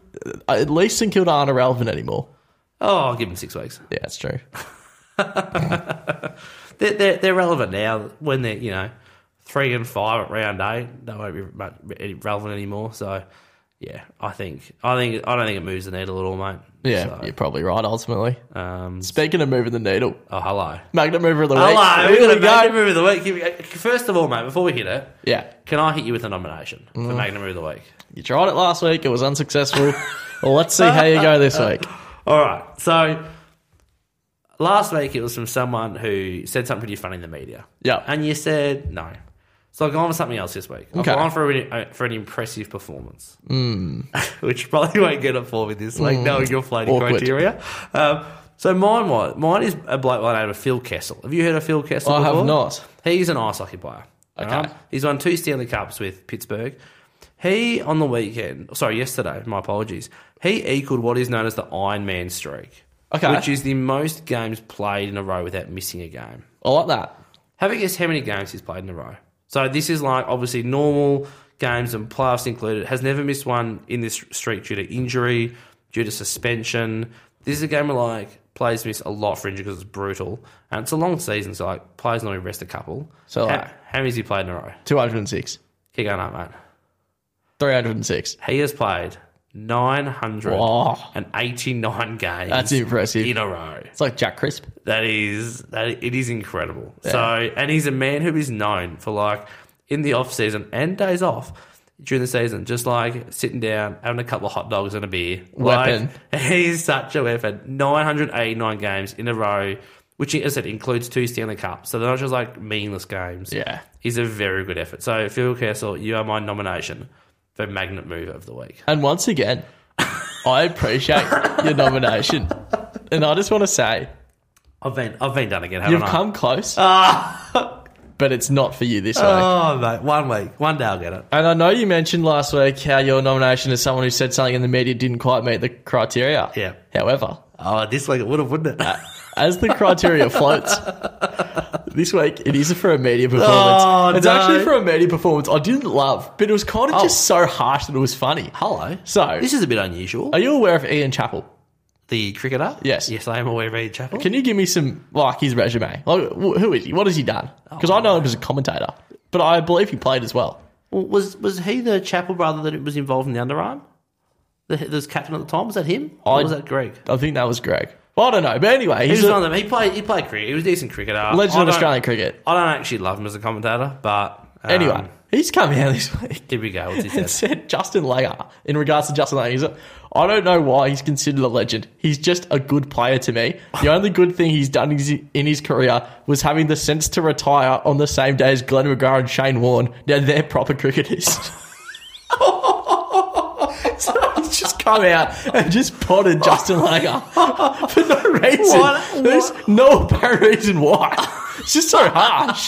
Speaker 2: uh, at least St Kilda aren't irrelevant anymore.
Speaker 3: Oh, I'll give him six weeks.
Speaker 2: Yeah, that's true.
Speaker 3: They're, they're, they're relevant now when they're you know three and five at round eight. They won't be much, any- relevant anymore. So yeah, I think I think I don't think it moves the needle at all, mate.
Speaker 2: Yeah,
Speaker 3: So,
Speaker 2: you're probably right, ultimately.
Speaker 3: um,
Speaker 2: Speaking of moving the needle,
Speaker 3: oh hello.
Speaker 2: magnet mover of the week.
Speaker 3: Hello,
Speaker 2: Here
Speaker 3: we're
Speaker 2: we
Speaker 3: going to Magnum Move of the Week. Here we go. First of all, mate, before we hit it,
Speaker 2: Yeah,
Speaker 3: can I hit you with a nomination
Speaker 2: Mm.
Speaker 3: for Magnum Move of the Week?
Speaker 2: you tried it last week. It was unsuccessful. well, let's see how you go this week.
Speaker 3: All right. So last week it was from someone who said something pretty funny in the media.
Speaker 2: Yeah.
Speaker 3: And you said no. So I've gone for something else this week. I've
Speaker 2: Okay. Hmm.
Speaker 3: gone for, a, for an impressive performance, which probably won't get it for me this week, knowing your floating
Speaker 2: Awkward.
Speaker 3: criteria. Um, so mine was mine is a bloke by the name of Phil Kessel. Have you heard of Phil Kessel?
Speaker 2: I have
Speaker 3: before?
Speaker 2: not.
Speaker 3: He's an ice hockey player.
Speaker 2: Okay.
Speaker 3: alright? He's won two Stanley Cups with Pittsburgh. He, on the weekend, sorry, yesterday, my apologies, he equaled what is known as the Iron Man streak.
Speaker 2: Okay.
Speaker 3: Which is the most games played in a row without missing a game.
Speaker 2: I like that.
Speaker 3: Have a guess how many games he's played in a row. So this is like obviously normal games and playoffs included. Has never missed one in this streak due to injury, due to suspension. This is a game where like players miss a lot for injury because it's brutal and it's a long season. So like players normally rest a couple.
Speaker 2: So,
Speaker 3: how,
Speaker 2: like-
Speaker 3: how many's he played in a row?
Speaker 2: Two hundred and six,
Speaker 3: Keep going up, mate.
Speaker 2: three hundred and six.
Speaker 3: He has played nine hundred
Speaker 2: Wow.
Speaker 3: and eighty-nine games.
Speaker 2: That's impressive.
Speaker 3: in a row.
Speaker 2: It's like Jack Crisp.
Speaker 3: That is that it is incredible. So and he's a man who is known for like in the off season and days off during the season, just like sitting down, having a couple of hot dogs and a beer.
Speaker 2: Weapon.
Speaker 3: Like, he's such a weapon. Nine hundred eighty nine games in a row, which as I said includes two Stanley Cups. So they're not just like meaningless games.
Speaker 2: Yeah.
Speaker 3: He's a very good effort. So Phil Castle, you are my nomination for Magnet Move of the Week.
Speaker 2: And once again, I appreciate your nomination. And I just want to say,
Speaker 3: I've been I've been done again, haven't
Speaker 2: you've
Speaker 3: I?
Speaker 2: come close, but it's not for you this week.
Speaker 3: Oh mate, one week. One day I'll get it.
Speaker 2: And I know you mentioned last week how your nomination is someone who said something in the media didn't quite meet the criteria.
Speaker 3: Yeah.
Speaker 2: However,
Speaker 3: Oh, this week it would have, wouldn't it?
Speaker 2: as the criteria floats, this week it is for a media performance.
Speaker 3: Oh,
Speaker 2: it's
Speaker 3: no. Oh.
Speaker 2: actually for a media performance I didn't love, but it was kind of just so harsh that it was funny.
Speaker 3: Hello.
Speaker 2: So,
Speaker 3: This is a bit unusual.
Speaker 2: are you aware of Ian Chappell?
Speaker 3: the cricketer?
Speaker 2: Yes.
Speaker 3: Yes, I am aware of Ian Chappell.
Speaker 2: Can you give me some, like, his resume? Like, wh- who is he? What has he done?
Speaker 3: Oh,
Speaker 2: Because I know him as a commentator, but I believe he played as well.
Speaker 3: Well, was was he the Chappell brother that was involved in the underarm? The, the captain at the time? Was that him? Or
Speaker 2: I-
Speaker 3: was that Greg?
Speaker 2: I think that was Greg. Well, I don't know, but anyway,
Speaker 3: He
Speaker 2: he's
Speaker 3: was
Speaker 2: a
Speaker 3: one of them. He played, he played cricket. He was a decent cricketer. I
Speaker 2: legend of
Speaker 3: don't-
Speaker 2: Australian cricket.
Speaker 3: I don't actually love him as a commentator, but. um,
Speaker 2: Anyway, he's come out this week
Speaker 3: Here we go. What's he
Speaker 2: and
Speaker 3: said?
Speaker 2: said Justin Langer, in regards to Justin Langer, he's a, I don't know why he's considered a legend. He's just a good player to me. The only good thing he's done is in his career was having the sense to retire on the same day as Glenn McGrath and Shane Warne. Now they're proper cricketers. so he's just come out and just potted Justin Langer for no reason.
Speaker 3: What-
Speaker 2: There's no apparent reason why. It's just so harsh.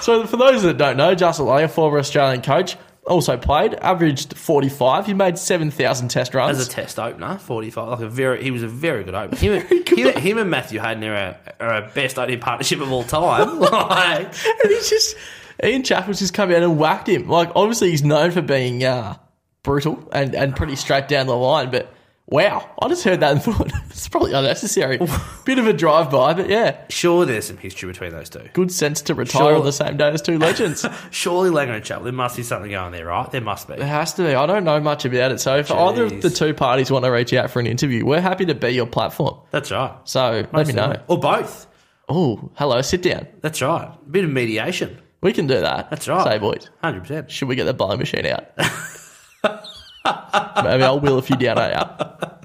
Speaker 2: So, for those that don't know, Justin Langer, former Australian coach, also played, averaged 45. He made 7,000 test runs.
Speaker 3: As a test opener, 45. Like a very, he was a very good opener. Him, him, him and Matthew Hayden are a, are a best opening partnership of all time. like,
Speaker 2: and he's just, Ian Chappell's just come out and whacked him. Like, obviously, he's known for being uh, brutal and, and pretty straight down the line, but wow, I just heard that and thought it's probably unnecessary. Bit of a drive by, but yeah,
Speaker 3: sure, there's some history between those two.
Speaker 2: good sense to retire
Speaker 3: Sure.
Speaker 2: on the same day as two legends. it
Speaker 3: Surely Langer and Chappell, there must be something going there, right? There must be.
Speaker 2: has to be. I don't know much about it. So, if either of
Speaker 3: Jeez.
Speaker 2: the two parties want to reach out for an interview, we're happy to be your platform.
Speaker 3: That's right.
Speaker 2: So, let me know.
Speaker 3: Or both.
Speaker 2: Oh, hello, sit down.
Speaker 3: That's right. A bit of mediation.
Speaker 2: We can do that.
Speaker 3: That's right.
Speaker 2: Say, boys,
Speaker 3: 100%.
Speaker 2: should we get the bowling machine out? Maybe I'll wheel a few down out.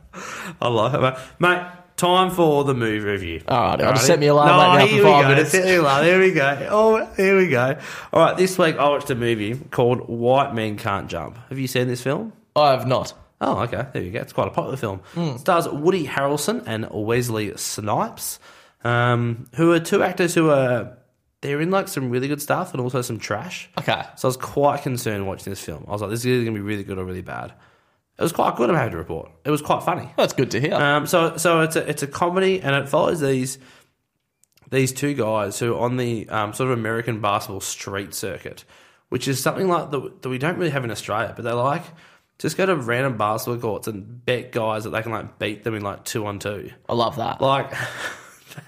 Speaker 3: I like it, mate. Mate, Time for the move review.
Speaker 2: All right, I'll
Speaker 3: Alrighty.
Speaker 2: just set me alarm
Speaker 3: no,
Speaker 2: right now for
Speaker 3: here we
Speaker 2: five
Speaker 3: go.
Speaker 2: minutes.
Speaker 3: Set me alarm. There we go. Oh, here we go. All right, this week I watched a movie called White Men Can't Jump. Have you seen this film?
Speaker 2: I have not.
Speaker 3: Oh, okay. There you go. It's quite a popular film. Stars Woody Harrelson and Wesley Snipes, um, who are two actors who are they're in like some really good stuff and also some trash.
Speaker 2: Okay.
Speaker 3: So I was quite concerned watching this film. I was like, this is either going to be really good or really bad. It was quite good. I'm happy to report. It was quite funny.
Speaker 2: That's good to hear.
Speaker 3: Um, so so it's a it's a comedy and it follows these these two guys who are on the um, sort of American basketball street circuit, which is something like the, that we don't really have in Australia, but they like just go to random basketball courts and bet guys that they can like beat them in like two on two.
Speaker 2: I love that.
Speaker 3: Like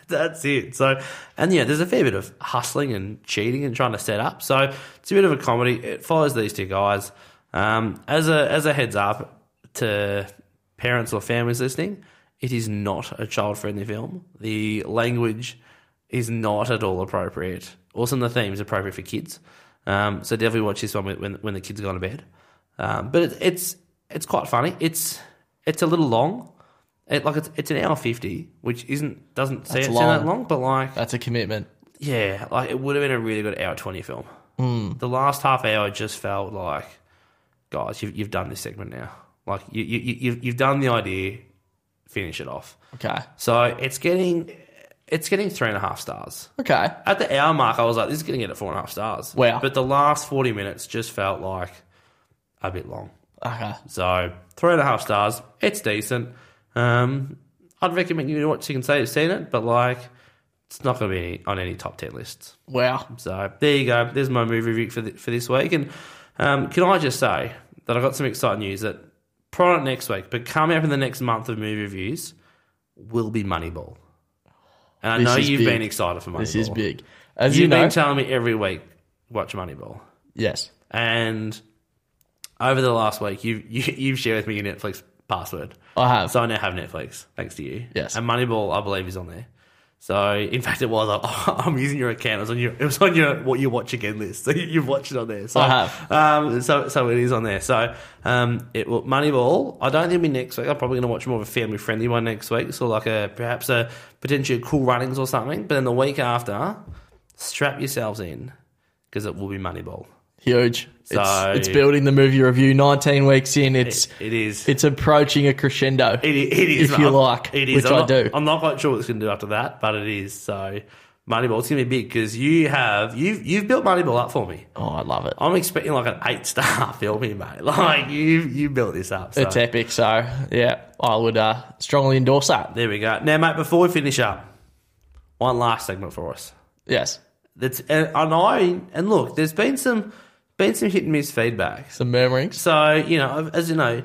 Speaker 3: that's it. So and yeah, there's a fair bit of hustling and cheating and trying to set up. So it's a bit of a comedy. It follows these two guys. Um, as a as a heads up to parents or families listening, it is not a child friendly film. The language is not at all appropriate. Also, the theme is appropriate for kids. Um, so definitely watch this one when- when when the kids go to bed. Um, but it, it's it's quite funny. It's it's a little long. It, like it's it's an hour fifty, which isn't doesn't seem
Speaker 2: That's
Speaker 3: seem that
Speaker 2: long.
Speaker 3: long, but like
Speaker 2: That's a commitment.
Speaker 3: yeah, like it would have been a really good hour twenty film.
Speaker 2: Hmm.
Speaker 3: Mm. The last half hour just felt like, guys, you've you've done this segment now. Like you you you- you've you've done the idea, finish it off.
Speaker 2: Okay.
Speaker 3: So it's getting it's getting three and a half stars.
Speaker 2: Okay.
Speaker 3: At the hour mark, I was like, this is going to get at four and a half stars.
Speaker 2: Wow.
Speaker 3: But the last forty minutes just felt like a bit long.
Speaker 2: Okay.
Speaker 3: So three and a half stars. It's decent. Um, I'd recommend you watch. You can say you've seen it, but like, it's not going to be any, on any top ten lists.
Speaker 2: Wow.
Speaker 3: So there you go. There's my movie review for the, for this week. And um, can I just say that I got some exciting news that probably not next week, but coming up in the next month of movie reviews will be Moneyball. And I
Speaker 2: This
Speaker 3: know
Speaker 2: is
Speaker 3: you've
Speaker 2: big.
Speaker 3: been excited for Moneyball.
Speaker 2: This is big. As
Speaker 3: You've
Speaker 2: you know,
Speaker 3: been telling me every week watch Moneyball.
Speaker 2: yes.
Speaker 3: And over the last week, you've you, you've shared with me your Netflix password,
Speaker 2: I have.
Speaker 3: so I now have Netflix thanks to you.
Speaker 2: Yes.
Speaker 3: and Moneyball, I believe, is on there. So in fact, it was. I'm using your account. It was on your. It was on your what you watch again list. So you've watched it on there. So,
Speaker 2: I have.
Speaker 3: Um, so so it is on there. So um, it will Moneyball. I don't think it'll be next week. I'm probably going to watch more of a family friendly one next week. So like a perhaps a potentially cool runnings or something. But then the week after, strap yourselves in because it will be Moneyball.
Speaker 2: Huge.
Speaker 3: So-
Speaker 2: it's, it's building the movie review. 19 weeks in, it's
Speaker 3: It is.
Speaker 2: it's approaching a crescendo.
Speaker 3: It, i- it is.
Speaker 2: If you
Speaker 3: I'm-
Speaker 2: like, which
Speaker 3: I'm
Speaker 2: I
Speaker 3: not-
Speaker 2: do.
Speaker 3: I'm not quite sure what it's going to do after that, but it is. So Moneyball's going to be big because you have you've you've built Moneyball up for me.
Speaker 2: oh, I love it.
Speaker 3: I'm expecting like an eight star film here, mate. Like you you built this up. So.
Speaker 2: It's epic. So, yeah, I would uh, strongly endorse that.
Speaker 3: there we go. Now, mate, before we finish up, one last segment for us.
Speaker 2: Yes.
Speaker 3: That's and, and I and look, there's been some been some hit and miss feedback.
Speaker 2: Some murmurings.
Speaker 3: So, you know, as you know,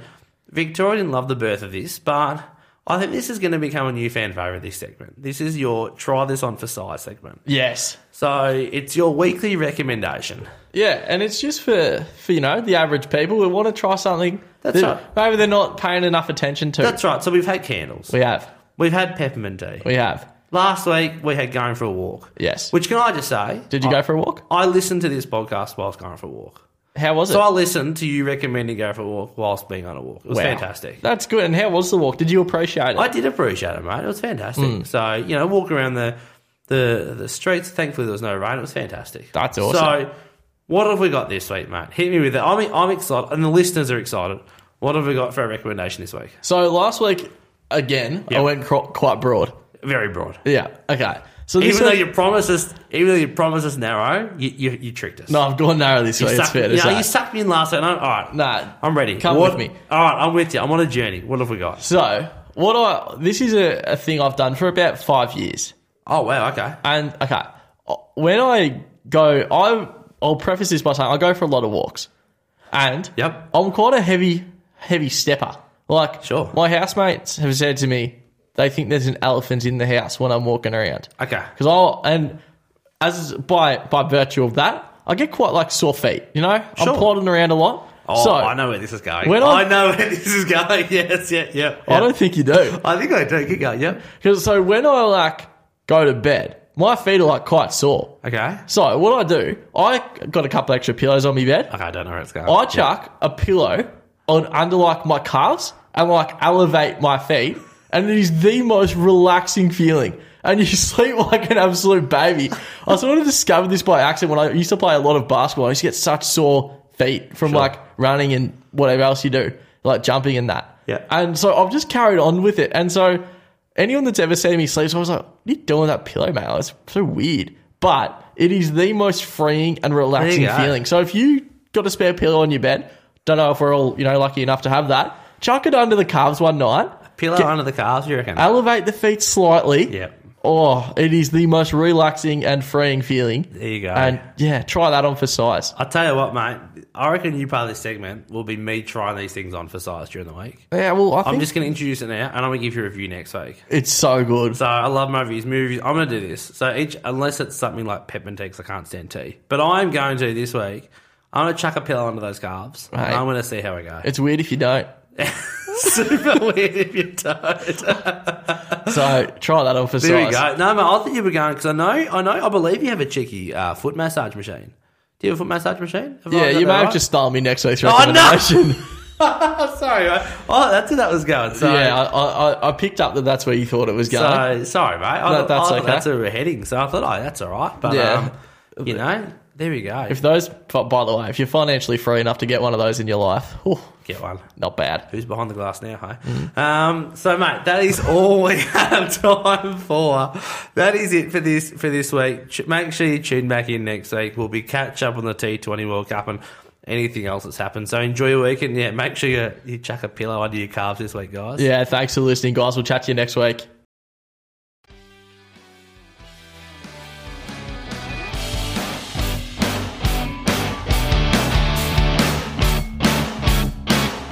Speaker 3: Victoria didn't love the birth of this, but I think this is going to become a new fan favourite this segment. This is your try this on for size segment.
Speaker 2: Yes.
Speaker 3: So it's your weekly recommendation.
Speaker 2: Yeah, and it's just for, for you know the average people who want to try something.
Speaker 3: That's
Speaker 2: that
Speaker 3: right.
Speaker 2: Maybe they're not paying enough attention to.
Speaker 3: That's right. So we've had candles.
Speaker 2: we have,
Speaker 3: We've had peppermint tea.
Speaker 2: we have.
Speaker 3: Last week we had going for a walk.
Speaker 2: Yes.
Speaker 3: Which can I just say?
Speaker 2: Did you
Speaker 3: I,
Speaker 2: go for a walk?
Speaker 3: I listened to this podcast whilst going for a walk.
Speaker 2: How was it?
Speaker 3: So I listened to you recommending go for a walk whilst being on a walk. It was
Speaker 2: Wow.
Speaker 3: fantastic.
Speaker 2: That's good. And how was the walk? Did you appreciate it?
Speaker 3: I did appreciate it, mate. It was fantastic.
Speaker 2: Hmm.
Speaker 3: So you know, walk around the the the streets. Thankfully, there was no rain. It was fantastic.
Speaker 2: That's awesome.
Speaker 3: So, what have we got this week, mate? Hit me with it. I'm I'm excited, and the listeners are excited. What have we got for a recommendation this week?
Speaker 2: so last week, again, I
Speaker 3: Yep.
Speaker 2: went cro- quite broad.
Speaker 3: Very broad.
Speaker 2: Yeah. Okay. So this
Speaker 3: Even though
Speaker 2: week-
Speaker 3: you promised us, even though you promised us narrow, you you, you tricked us.
Speaker 2: no, I've gone narrow this week.
Speaker 3: you
Speaker 2: It's
Speaker 3: sucked,
Speaker 2: fair to
Speaker 3: you, know,
Speaker 2: say.
Speaker 3: you sucked me in last week. No, all right,
Speaker 2: Nah.
Speaker 3: I'm ready.
Speaker 2: Come
Speaker 3: What-
Speaker 2: with me.
Speaker 3: All right, I'm with you. I'm on a journey. What have we got?
Speaker 2: So what I this is a, a thing I've done for about five years.
Speaker 3: Oh wow, okay.
Speaker 2: And okay, when I go, I I'll preface this by saying I go for a lot of walks, and
Speaker 3: Yep.
Speaker 2: I'm quite a heavy heavy stepper. Like
Speaker 3: Sure.
Speaker 2: my housemates have said to me they think there's an elephant in the house when I'm walking around
Speaker 3: Okay.
Speaker 2: because I'll and as by by virtue of that I get quite like sore feet. You know,
Speaker 3: Sure.
Speaker 2: I'm plodding around a lot.
Speaker 3: Oh,
Speaker 2: so
Speaker 3: I know where this is going.
Speaker 2: When
Speaker 3: I
Speaker 2: I-
Speaker 3: know where this is going. Yes, yeah, yeah.
Speaker 2: I don't think you do.
Speaker 3: I think I do. Keep going. Yep.
Speaker 2: Because so when I like go to bed, my feet are like quite sore.
Speaker 3: Okay.
Speaker 2: So what I do, I got a couple extra pillows on my bed.
Speaker 3: Okay, I don't know where it's going.
Speaker 2: I chuck a pillow on under like my calves and like elevate my feet and it is the most relaxing feeling. And you sleep like an absolute baby. I sort of discovered this by accident when I used to play a lot of basketball. I used to get such sore feet from like running and whatever else you do, like jumping and that.
Speaker 1: Yeah.
Speaker 2: And so I've just carried on with it. And so anyone that's ever seen me sleep, so I was like, "What are you doing with that pillow, mate? It's so weird." But it is the most freeing and relaxing
Speaker 3: go.
Speaker 2: feeling. So if you got a spare pillow on your bed, don't know if we're all you know lucky enough to have that. Chuck it under the calves one night.
Speaker 3: Pillow under the calves, you reckon?
Speaker 2: Elevate the feet slightly.
Speaker 3: Yep.
Speaker 2: Oh, it is the most relaxing and freeing feeling.
Speaker 3: There you go.
Speaker 2: And yeah, try that on for size.
Speaker 3: I'll tell you what, mate. I reckon you part of this segment will be me trying these things on for size during the week.
Speaker 2: Yeah, well, I think
Speaker 3: I'm just going to introduce it now, and I'm going to give you a review next week.
Speaker 2: it's so good.
Speaker 3: So I love movies, movies. I'm going to do this. So each, unless it's something like peppermint tea, 'cause I can't stand tea. But I'm going to this week. I'm going to chuck a pillow under those calves.
Speaker 2: Right.
Speaker 3: And I'm going to see how I go.
Speaker 2: It's weird if you don't.
Speaker 3: Super weird if you don't.
Speaker 2: So try that on for
Speaker 3: There you go.
Speaker 2: size.
Speaker 3: No, mate. I thought you were going because I know, I know, I believe you have a cheeky uh, foot massage machine. Do you have a foot massage machine? Have I
Speaker 2: Yeah,
Speaker 3: got that
Speaker 2: you may have
Speaker 3: right? Oh,
Speaker 2: just started me next week's
Speaker 3: no!
Speaker 2: recommendation.
Speaker 3: sorry, mate. Oh, that's where that was going. So,
Speaker 2: Yeah, I, I, I- I picked up that that's where you thought it was going.
Speaker 3: so sorry, mate. I,
Speaker 2: No,
Speaker 3: thought-
Speaker 2: that's
Speaker 3: I thought
Speaker 2: okay.
Speaker 3: That's where we're heading. So I thought, oh, that's all right. But
Speaker 2: Yeah.
Speaker 3: um, you know, there we go.
Speaker 2: if those, but by the way, if you're financially free enough to get one of those in your life, whew,
Speaker 3: Get one.
Speaker 2: not bad.
Speaker 3: Who's behind the glass now? Hey. Um, so, mate, that is all we have time for. That is it for this for this week. Ch- Make sure you tune back in next week. We'll be catch up on the T20 World Cup and anything else that's happened. So enjoy your weekend. Yeah, make sure you you chuck a pillow under your calves this week, guys.
Speaker 2: Yeah, thanks for listening, guys. We'll chat to you next week.